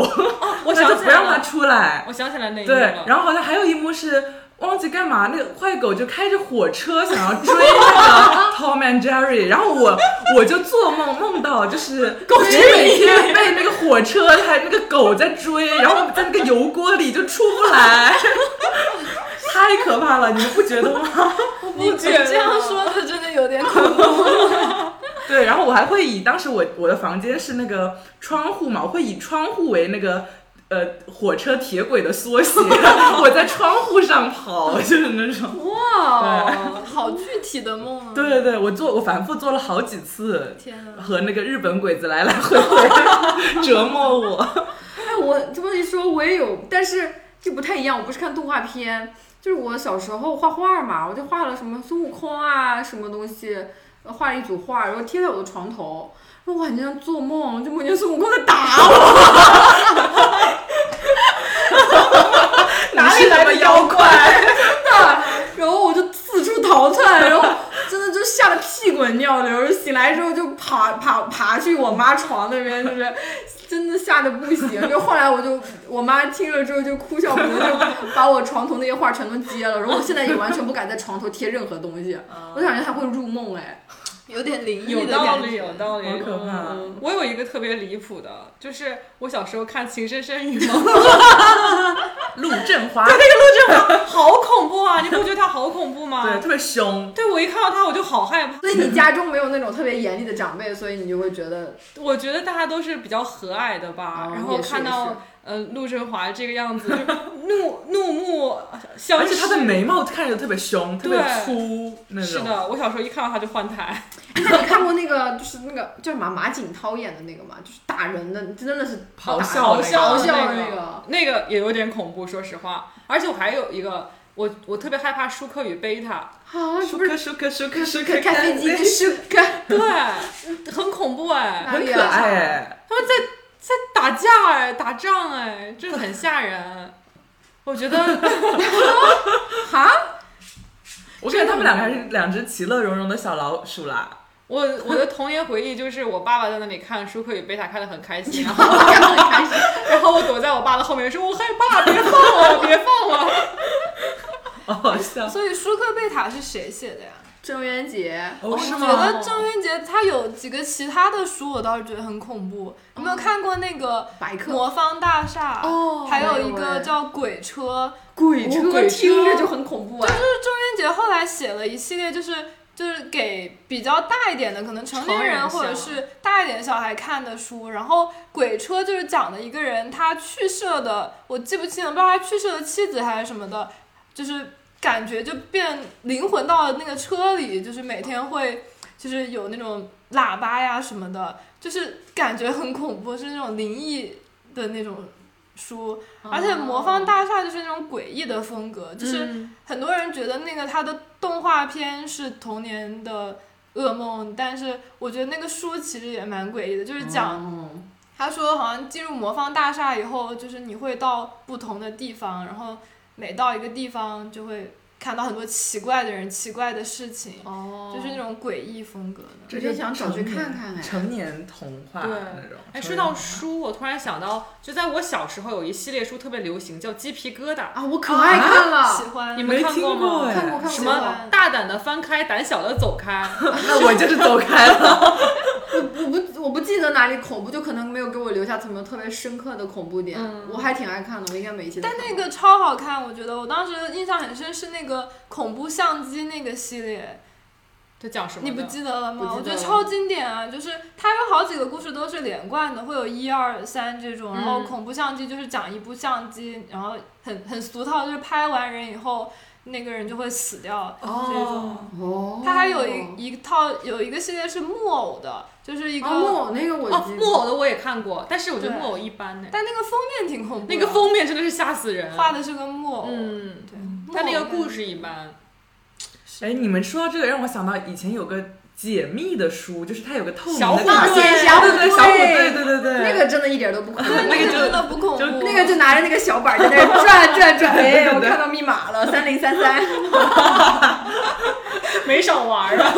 [SPEAKER 1] 我
[SPEAKER 4] 它
[SPEAKER 1] 想
[SPEAKER 4] 就
[SPEAKER 1] 起
[SPEAKER 4] 不
[SPEAKER 1] 来
[SPEAKER 4] 让它
[SPEAKER 1] 了，
[SPEAKER 4] 出来。
[SPEAKER 1] 我想起来那一幕
[SPEAKER 4] 对
[SPEAKER 1] 了，。
[SPEAKER 4] 然后好像还有一幕是忘记干嘛，那个坏狗就开着火车想要追那个 Tom and Jerry，然后我我就做梦梦到就是狗每天被那个火车还那个狗在追，然后在那个油锅里就出不来， 太可怕了，你们不觉得吗？
[SPEAKER 3] 你这样说的真的有点恐怖。
[SPEAKER 4] 对，然后我还会以当时我我的房间是那个窗户嘛，我会以窗户为那个。呃，火车铁轨的缩写， 我在窗户上跑，就是那种。
[SPEAKER 3] 哇，好具体的梦啊！
[SPEAKER 4] 对对对，我做我反复做了好几次，
[SPEAKER 3] 天哪！
[SPEAKER 4] 和那个日本鬼子来来回回折磨我。
[SPEAKER 2] 哎，我这么一说，我也有，但是这不太一样。我不是看动画片，就是我小时候画画嘛，我就画了什么孙悟空啊，什么东西，呃画了一组画，然后贴在我的床头。然后我晚上做梦，就梦见孙悟空在打我，
[SPEAKER 4] 哪里来的妖怪？
[SPEAKER 2] 然后我就四处逃窜，然后真的就吓得屁滚尿流。醒来之后就爬爬爬去我妈床那边，就是真的吓得不行。就后来我就我妈听了之后就哭笑不得，就把我床头那些画全都揭了。然后我现在也完全不敢在床头贴任何东西，我就感觉它会入梦哎。
[SPEAKER 3] 有点灵异
[SPEAKER 1] 有
[SPEAKER 3] 的
[SPEAKER 1] 道
[SPEAKER 3] 感
[SPEAKER 1] 理，
[SPEAKER 3] 觉
[SPEAKER 1] 有。道理，
[SPEAKER 4] 好可怕
[SPEAKER 1] 嗯我有一个特别离谱的，就是我小时候看《情深深雨蒙》，
[SPEAKER 4] 陆振华，
[SPEAKER 1] 好恐怖啊！你不觉得它好恐怖吗？
[SPEAKER 4] 对，特别凶。
[SPEAKER 1] 对，我一看到它我就好害怕。
[SPEAKER 2] 所以你家中没有那种特别严厉的长辈，所以你就会觉得
[SPEAKER 1] 我觉得大家都是比较和蔼的吧，
[SPEAKER 2] 哦
[SPEAKER 1] 然后
[SPEAKER 2] 也是
[SPEAKER 1] 看
[SPEAKER 2] 也是
[SPEAKER 1] 到呃陆振华这个样子，就怒怒目相
[SPEAKER 4] 而
[SPEAKER 1] 视。
[SPEAKER 4] 且他的眉毛看着特别凶，特别
[SPEAKER 1] 对
[SPEAKER 4] 粗那
[SPEAKER 1] 是
[SPEAKER 4] 种。
[SPEAKER 1] 的，我小时候一看到他就换台，
[SPEAKER 2] 那你看过那个就是那个叫什么马景涛演的那个吗？就是打人的，真的是
[SPEAKER 4] 咆
[SPEAKER 2] 打
[SPEAKER 4] 哮
[SPEAKER 2] 咆
[SPEAKER 4] 那个
[SPEAKER 2] 哮的
[SPEAKER 1] 那
[SPEAKER 2] 个。
[SPEAKER 1] 那个也有点恐怖，说实话。而且我还有一个，我我特别害怕舒克与贝塔，
[SPEAKER 2] 啊， 是
[SPEAKER 4] 舒
[SPEAKER 2] 不是
[SPEAKER 4] 克舒克舒克 舒克
[SPEAKER 2] 开开飞机去舒克？
[SPEAKER 1] 对，很恐怖哎、
[SPEAKER 2] 那
[SPEAKER 4] 很可爱哎。
[SPEAKER 1] 他们在在打架哎、打仗哎、真的很吓人。我觉得
[SPEAKER 4] 我感觉他们两个还是两只其乐融融的小老鼠啦。
[SPEAKER 1] 我我的童年回忆就是我爸爸在那里看《舒克与贝塔》看得很开 心，然后然后我躲在我爸的后面说：“我害怕，别放我，别放我。
[SPEAKER 4] 好好 笑。哦
[SPEAKER 3] 所以舒克贝塔是谁写的呀？
[SPEAKER 2] 郑渊洁，
[SPEAKER 4] 哦，是
[SPEAKER 3] 我
[SPEAKER 4] 吗
[SPEAKER 3] 觉？得郑渊洁他有几个其他的书，我倒是觉得很恐怖。有没有看过那个
[SPEAKER 2] 白
[SPEAKER 3] 《
[SPEAKER 2] 客，
[SPEAKER 3] 魔方大厦》？
[SPEAKER 2] 哦
[SPEAKER 3] 还有
[SPEAKER 2] 没
[SPEAKER 3] 一
[SPEAKER 2] 有哎
[SPEAKER 3] 个叫《鬼车》，
[SPEAKER 2] 鬼
[SPEAKER 1] 车鬼车
[SPEAKER 2] 听着就很恐怖
[SPEAKER 3] 啊
[SPEAKER 2] 哎。
[SPEAKER 3] 郑渊洁后来写了一系列，就是就是给比较大一点的，可能成年人
[SPEAKER 2] 成
[SPEAKER 3] 或
[SPEAKER 2] 人向
[SPEAKER 3] 者是大一点的小孩看的书。然后《鬼车》就是讲的一个人，他去世的，我记不清了，不知道他去世的妻子还是什么的，就是感觉就变灵魂到了那个车里，就是每天会就是有那种喇叭呀什么的，就是感觉很恐怖，是那种灵异的那种书。而且《魔方大厦》就是那种诡异的风格，就是。
[SPEAKER 2] 嗯
[SPEAKER 3] 很多人觉得那个他的动画片是童年的噩梦，但是我觉得那个书其实也蛮诡异的，就是讲
[SPEAKER 2] 嗯
[SPEAKER 3] 他说好像进入魔方大厦以后，就是你会到不同的地方，然后每到一个地方就会看到很多奇怪的人、奇怪的事情，
[SPEAKER 2] 哦，
[SPEAKER 3] 就是那种诡异风格的。
[SPEAKER 2] 有点想找去
[SPEAKER 4] 成年
[SPEAKER 2] 看看哎
[SPEAKER 4] 成年童话
[SPEAKER 1] 对
[SPEAKER 4] 那种”。。
[SPEAKER 1] 哎，
[SPEAKER 4] 成
[SPEAKER 1] 说
[SPEAKER 4] 人
[SPEAKER 1] 到书，我突然想到，就在我小时候有一系列书特别流行，叫《鸡皮疙瘩
[SPEAKER 2] 啊，我可爱看
[SPEAKER 3] 喜
[SPEAKER 2] 了，
[SPEAKER 3] 欢
[SPEAKER 1] 你们
[SPEAKER 4] 没
[SPEAKER 1] 看
[SPEAKER 4] 听
[SPEAKER 1] 过吗
[SPEAKER 4] 过哎，
[SPEAKER 2] 看过看》，过，
[SPEAKER 1] 什
[SPEAKER 3] 喜
[SPEAKER 1] 么
[SPEAKER 3] 欢
[SPEAKER 1] 大胆的翻开，胆小的走开。
[SPEAKER 4] 那我就是走开了。
[SPEAKER 2] 我不我不记得哪里恐怖，就可能没有给我留下什么特别深刻的恐怖点。我还挺爱看的，我应该每一期都
[SPEAKER 3] 但
[SPEAKER 2] 看过。
[SPEAKER 3] 那个超好看，我觉得我当时印象很深是那个恐怖相机那个系列，
[SPEAKER 1] 这讲什么
[SPEAKER 3] 你
[SPEAKER 1] 的？
[SPEAKER 3] 不记得了吗？
[SPEAKER 2] 不
[SPEAKER 3] 我
[SPEAKER 2] 记
[SPEAKER 3] 觉
[SPEAKER 2] 得
[SPEAKER 3] 得
[SPEAKER 2] 了
[SPEAKER 3] 超经典啊！就是它有好几个故事都是连贯的，会有一二三这种，然后
[SPEAKER 1] 嗯
[SPEAKER 3] 恐怖相机就是讲一部相机，然后很很俗套，就是拍完人以后那个人就会死掉这种。
[SPEAKER 1] 哦，
[SPEAKER 2] 哦，
[SPEAKER 3] 它还有一一套有一个系列是木偶的，就是一
[SPEAKER 2] 一
[SPEAKER 3] 个，
[SPEAKER 2] 木偶那个我
[SPEAKER 1] 哦
[SPEAKER 2] 记得
[SPEAKER 1] 木偶的我也看过，但是我觉得
[SPEAKER 3] 对
[SPEAKER 1] 木偶一般呢。
[SPEAKER 3] 但那个封面挺恐怖的，
[SPEAKER 1] 那个封面真的是吓死人。
[SPEAKER 3] 画的是个木偶，
[SPEAKER 1] 嗯，
[SPEAKER 3] 对，
[SPEAKER 1] 他那个
[SPEAKER 3] 木偶
[SPEAKER 1] 故事一 般。
[SPEAKER 4] 哎，你们说到这个，让我想到以前有个解密的书，就是它有个透明的
[SPEAKER 1] 小虎
[SPEAKER 4] 大
[SPEAKER 1] 队
[SPEAKER 4] 对
[SPEAKER 2] 小虎
[SPEAKER 4] 对对小虎队，
[SPEAKER 2] 队
[SPEAKER 4] 对对对，
[SPEAKER 2] 那个真的一点都 不恐怖。
[SPEAKER 3] 那
[SPEAKER 4] 那
[SPEAKER 3] 个
[SPEAKER 4] 个就
[SPEAKER 3] 真的不恐怖
[SPEAKER 4] 就，
[SPEAKER 2] 那个就拿着那个小板儿在那儿转转转，
[SPEAKER 4] 对对
[SPEAKER 2] 哎，我
[SPEAKER 4] 对
[SPEAKER 2] 看到密码了，三零三三。
[SPEAKER 1] 没少玩啊。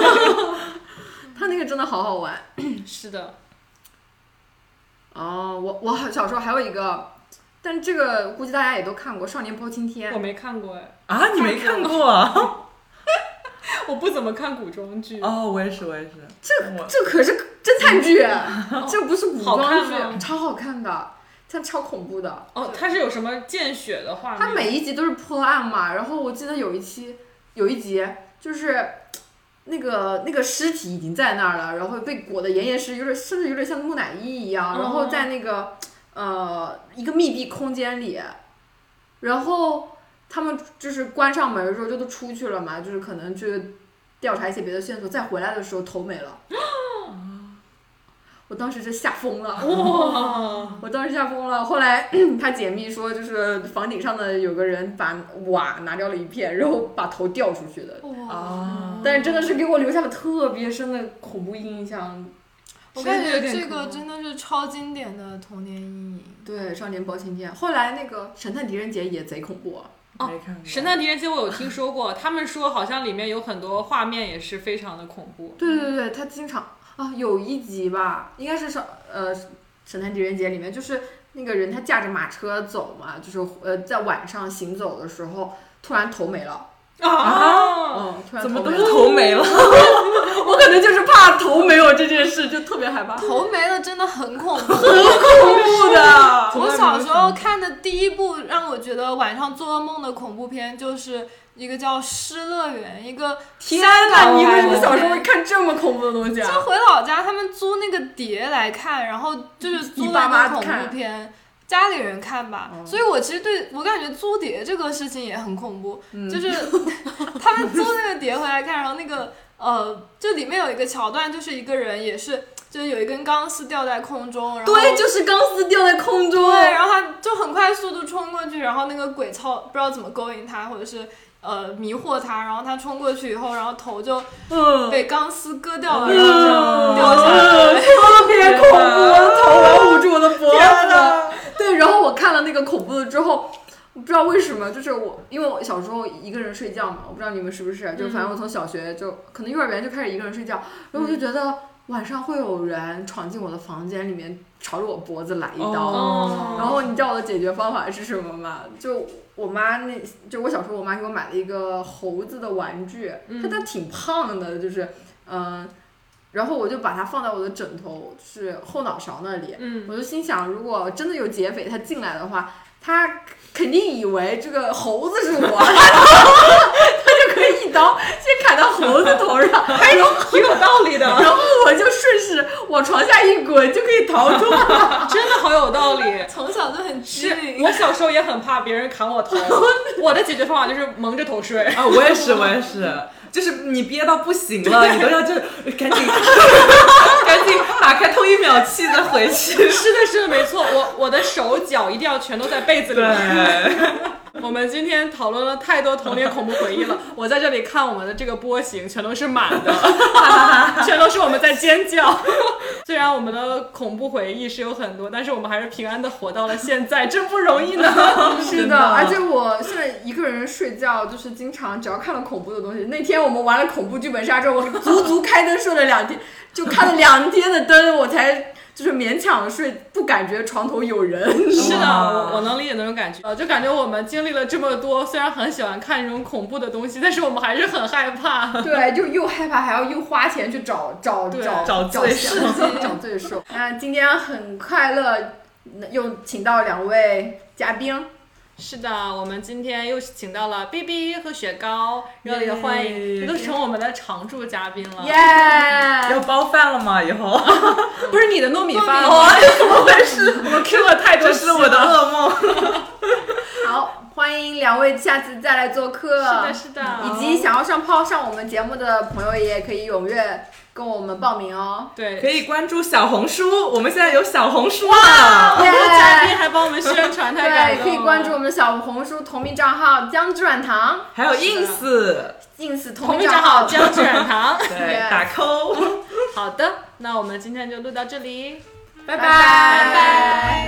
[SPEAKER 2] 他那个真的好好玩。
[SPEAKER 1] 是的，
[SPEAKER 2] 哦，我我好小时候还有一个，但这个估计大家也都看过《少年包青天
[SPEAKER 1] 我》。没看过哎，
[SPEAKER 4] 啊，你没看过？
[SPEAKER 1] 我不怎么看古装剧。
[SPEAKER 4] 哦，我也是，我也是，我
[SPEAKER 2] 这可是侦探剧，这不是古
[SPEAKER 1] 嗯好
[SPEAKER 2] 装
[SPEAKER 1] 看
[SPEAKER 2] 剧，
[SPEAKER 1] 吗
[SPEAKER 2] 超好看的，它超恐怖的。
[SPEAKER 1] 哦，它是有什么见血的画面？
[SPEAKER 2] 它每一集都是破案嘛，然后我记得有一期有一集就是。那个那个尸体已经在那儿了，然后被裹得严严实实，有点甚至有点像木乃伊一样，然后在那个、呃一个密闭空间里，然后他们就是关上门之后就都出去了嘛，就是可能去调查一些别的线索，再回来的时候头没了。我当时就吓疯了，
[SPEAKER 1] 哇，
[SPEAKER 2] 我当时吓疯了。后来 他解密说，就是房顶上的有个人把瓦拿掉了一片，然后把头掉出去的。
[SPEAKER 3] 哇，
[SPEAKER 4] 啊，
[SPEAKER 2] 但是真的是给我留下了特别深的恐怖印象。
[SPEAKER 3] 我感
[SPEAKER 1] 真的有
[SPEAKER 3] 觉
[SPEAKER 1] 点
[SPEAKER 3] 这
[SPEAKER 1] 恐
[SPEAKER 3] 个
[SPEAKER 1] 怖
[SPEAKER 3] 真的是超经典的童年阴影。
[SPEAKER 2] 对，《少年包青天》。后来那个《神探狄仁杰》也贼恐怖。
[SPEAKER 1] 哦
[SPEAKER 4] 没看过。
[SPEAKER 1] 神探狄仁杰我有听说过，他们说好像里面有很多画面也是非常的恐 怖。
[SPEAKER 2] 对对对，他经常啊，有一集吧，应该是少呃《神探狄仁杰》里面，就是那个人他驾着马车走嘛，就是呃在晚上行走的时候，突然头没了。
[SPEAKER 1] 啊，
[SPEAKER 2] 嗯，突然
[SPEAKER 4] 怎么
[SPEAKER 2] 头
[SPEAKER 4] 都
[SPEAKER 2] 没
[SPEAKER 4] 是
[SPEAKER 2] 了。
[SPEAKER 4] 头没了？
[SPEAKER 2] 我可能就是怕 头没有这件事，就特别害怕。
[SPEAKER 3] 头没了啊真的很恐 怖。
[SPEAKER 2] 不 的，
[SPEAKER 3] 我小时候看的第一部让我觉得晚上做噩梦的恐怖片，就是一个叫《失乐园》，一个
[SPEAKER 2] 天哪！你为什么
[SPEAKER 3] 我
[SPEAKER 2] 小时候会看这么恐怖的东西
[SPEAKER 3] 就
[SPEAKER 2] 啊？
[SPEAKER 3] 回老家，他们租那个碟来看，然后就是租
[SPEAKER 2] 你爸
[SPEAKER 3] 那
[SPEAKER 2] 妈
[SPEAKER 3] 个恐怖
[SPEAKER 2] 看哦
[SPEAKER 3] 片，家里人看吧。所以我其实对我感觉租碟这个事情也很恐怖，
[SPEAKER 2] 嗯
[SPEAKER 3] 就是 他们租那个碟回来看，然后那个呃，就里面有一个桥段，就是一个人也是，就是有一根钢丝吊在空中，然后
[SPEAKER 2] 对，就是钢丝吊在空中。
[SPEAKER 3] 对，然后他就很快速度冲过去，然后那个鬼操不知道怎么勾引他，或者是呃迷惑他，然后他冲过去以后，然后头就
[SPEAKER 2] 嗯，
[SPEAKER 3] 被钢丝割掉了，
[SPEAKER 4] 嗯
[SPEAKER 3] 然后就掉下来了。
[SPEAKER 2] 特别恐怖， 头我捂住我的脖子。 对，然后我看了那个恐怖的之后。我不知道为什么，就是我，因为我小时候一个人睡觉嘛，我不知道你们是不是，就反正我从小学就可能幼儿园就开始一个人睡觉，然后我就觉得晚上会有人闯进我的房间里面，朝着我脖子来一刀，
[SPEAKER 1] 哦
[SPEAKER 2] 然后你知道我的解决方法是什么吗？就我妈那，就我小时候，我妈给我买了一个猴子的玩具，
[SPEAKER 1] 嗯
[SPEAKER 2] 它它挺胖的，就是嗯、然后我就把它放在我的枕头，就是后脑勺那里。
[SPEAKER 1] 嗯，
[SPEAKER 2] 我就心想，如果真的有劫匪他进来的话，他肯定以为这个猴子是 我，他就可以一刀先砍到猴子头 上，还有
[SPEAKER 1] 挺有道理的，
[SPEAKER 2] 然后我就顺势往床下一滚就可以逃脱。
[SPEAKER 1] 啊真的好有 道理。
[SPEAKER 3] 从小就很机
[SPEAKER 1] 是
[SPEAKER 3] 灵，
[SPEAKER 1] 我小时候也很怕别人砍我 头，我的解决方法就是蒙着头睡。
[SPEAKER 4] 啊，我也是，我也是，就是你憋到不行了，你都要就赶 紧赶紧打开通一秒器再回 去。
[SPEAKER 1] 是的，是的，没错，我我的手脚一定要全都在被子里。
[SPEAKER 4] 对，
[SPEAKER 1] 我们今天讨论了太多童年恐怖回忆了，我在这里看我们的这个波形全都是满的， 全都是我们在尖叫。 虽然我们的恐怖回忆是有很多，但是我们还是平安的活到了现在，真不容易 呢。
[SPEAKER 2] 是
[SPEAKER 4] 真
[SPEAKER 2] 的，
[SPEAKER 4] 的
[SPEAKER 2] 而且我现在一个人睡觉，就是经常只要看了恐怖的东西。那天我们玩 了恐怖剧本杀之后，我足足开灯睡了两天，就看了两天的灯，我才就是勉强睡，不感觉床头有 人。
[SPEAKER 1] 是的，我我能理解那种感觉，呃，就感觉我们经历了这么多，虽然很喜欢看这种恐怖的东西，但是我们还是很害怕。
[SPEAKER 2] 对，就又害怕，还要又花钱去找找
[SPEAKER 1] 对
[SPEAKER 2] 找
[SPEAKER 4] 找
[SPEAKER 2] 找
[SPEAKER 4] 罪
[SPEAKER 2] 相机找罪受。 那今天很快乐，又请到两位嘉宾，
[SPEAKER 1] 是的，我们今天又请到了 B B 和雪糕，热烈的欢迎，
[SPEAKER 4] 耶
[SPEAKER 1] 都成我们的常驻嘉宾了。
[SPEAKER 2] 耶、
[SPEAKER 4] 要包饭了吗？以 后
[SPEAKER 1] 不是你的糯米饭
[SPEAKER 2] 哦
[SPEAKER 3] 糯米
[SPEAKER 1] 吗？
[SPEAKER 4] 哦我 Q 了太多，这是我的噩梦。
[SPEAKER 2] 好，欢迎两位下次再来做客。
[SPEAKER 1] 是的，是的。
[SPEAKER 2] 以及想要上泡上我们节目的朋友，也可以踊跃跟我们报名哦。
[SPEAKER 1] 对，
[SPEAKER 4] 可以关注小红书，我们现在有小红书了。
[SPEAKER 2] 耶、
[SPEAKER 1] 嘉宾还帮我们宣传，太感
[SPEAKER 2] 对，
[SPEAKER 1] 动
[SPEAKER 2] 可
[SPEAKER 1] 了。
[SPEAKER 2] 以关注我们的小红书同名账号“江之软糖
[SPEAKER 4] 还有 ins，”
[SPEAKER 2] ins 同
[SPEAKER 1] 同名
[SPEAKER 2] 账
[SPEAKER 1] 账号
[SPEAKER 2] 号。
[SPEAKER 1] 江致远堂。
[SPEAKER 4] 对，
[SPEAKER 2] Yes
[SPEAKER 4] 打扣。
[SPEAKER 1] 好的，那我们今天就录到这里，
[SPEAKER 2] 拜拜
[SPEAKER 1] 拜拜。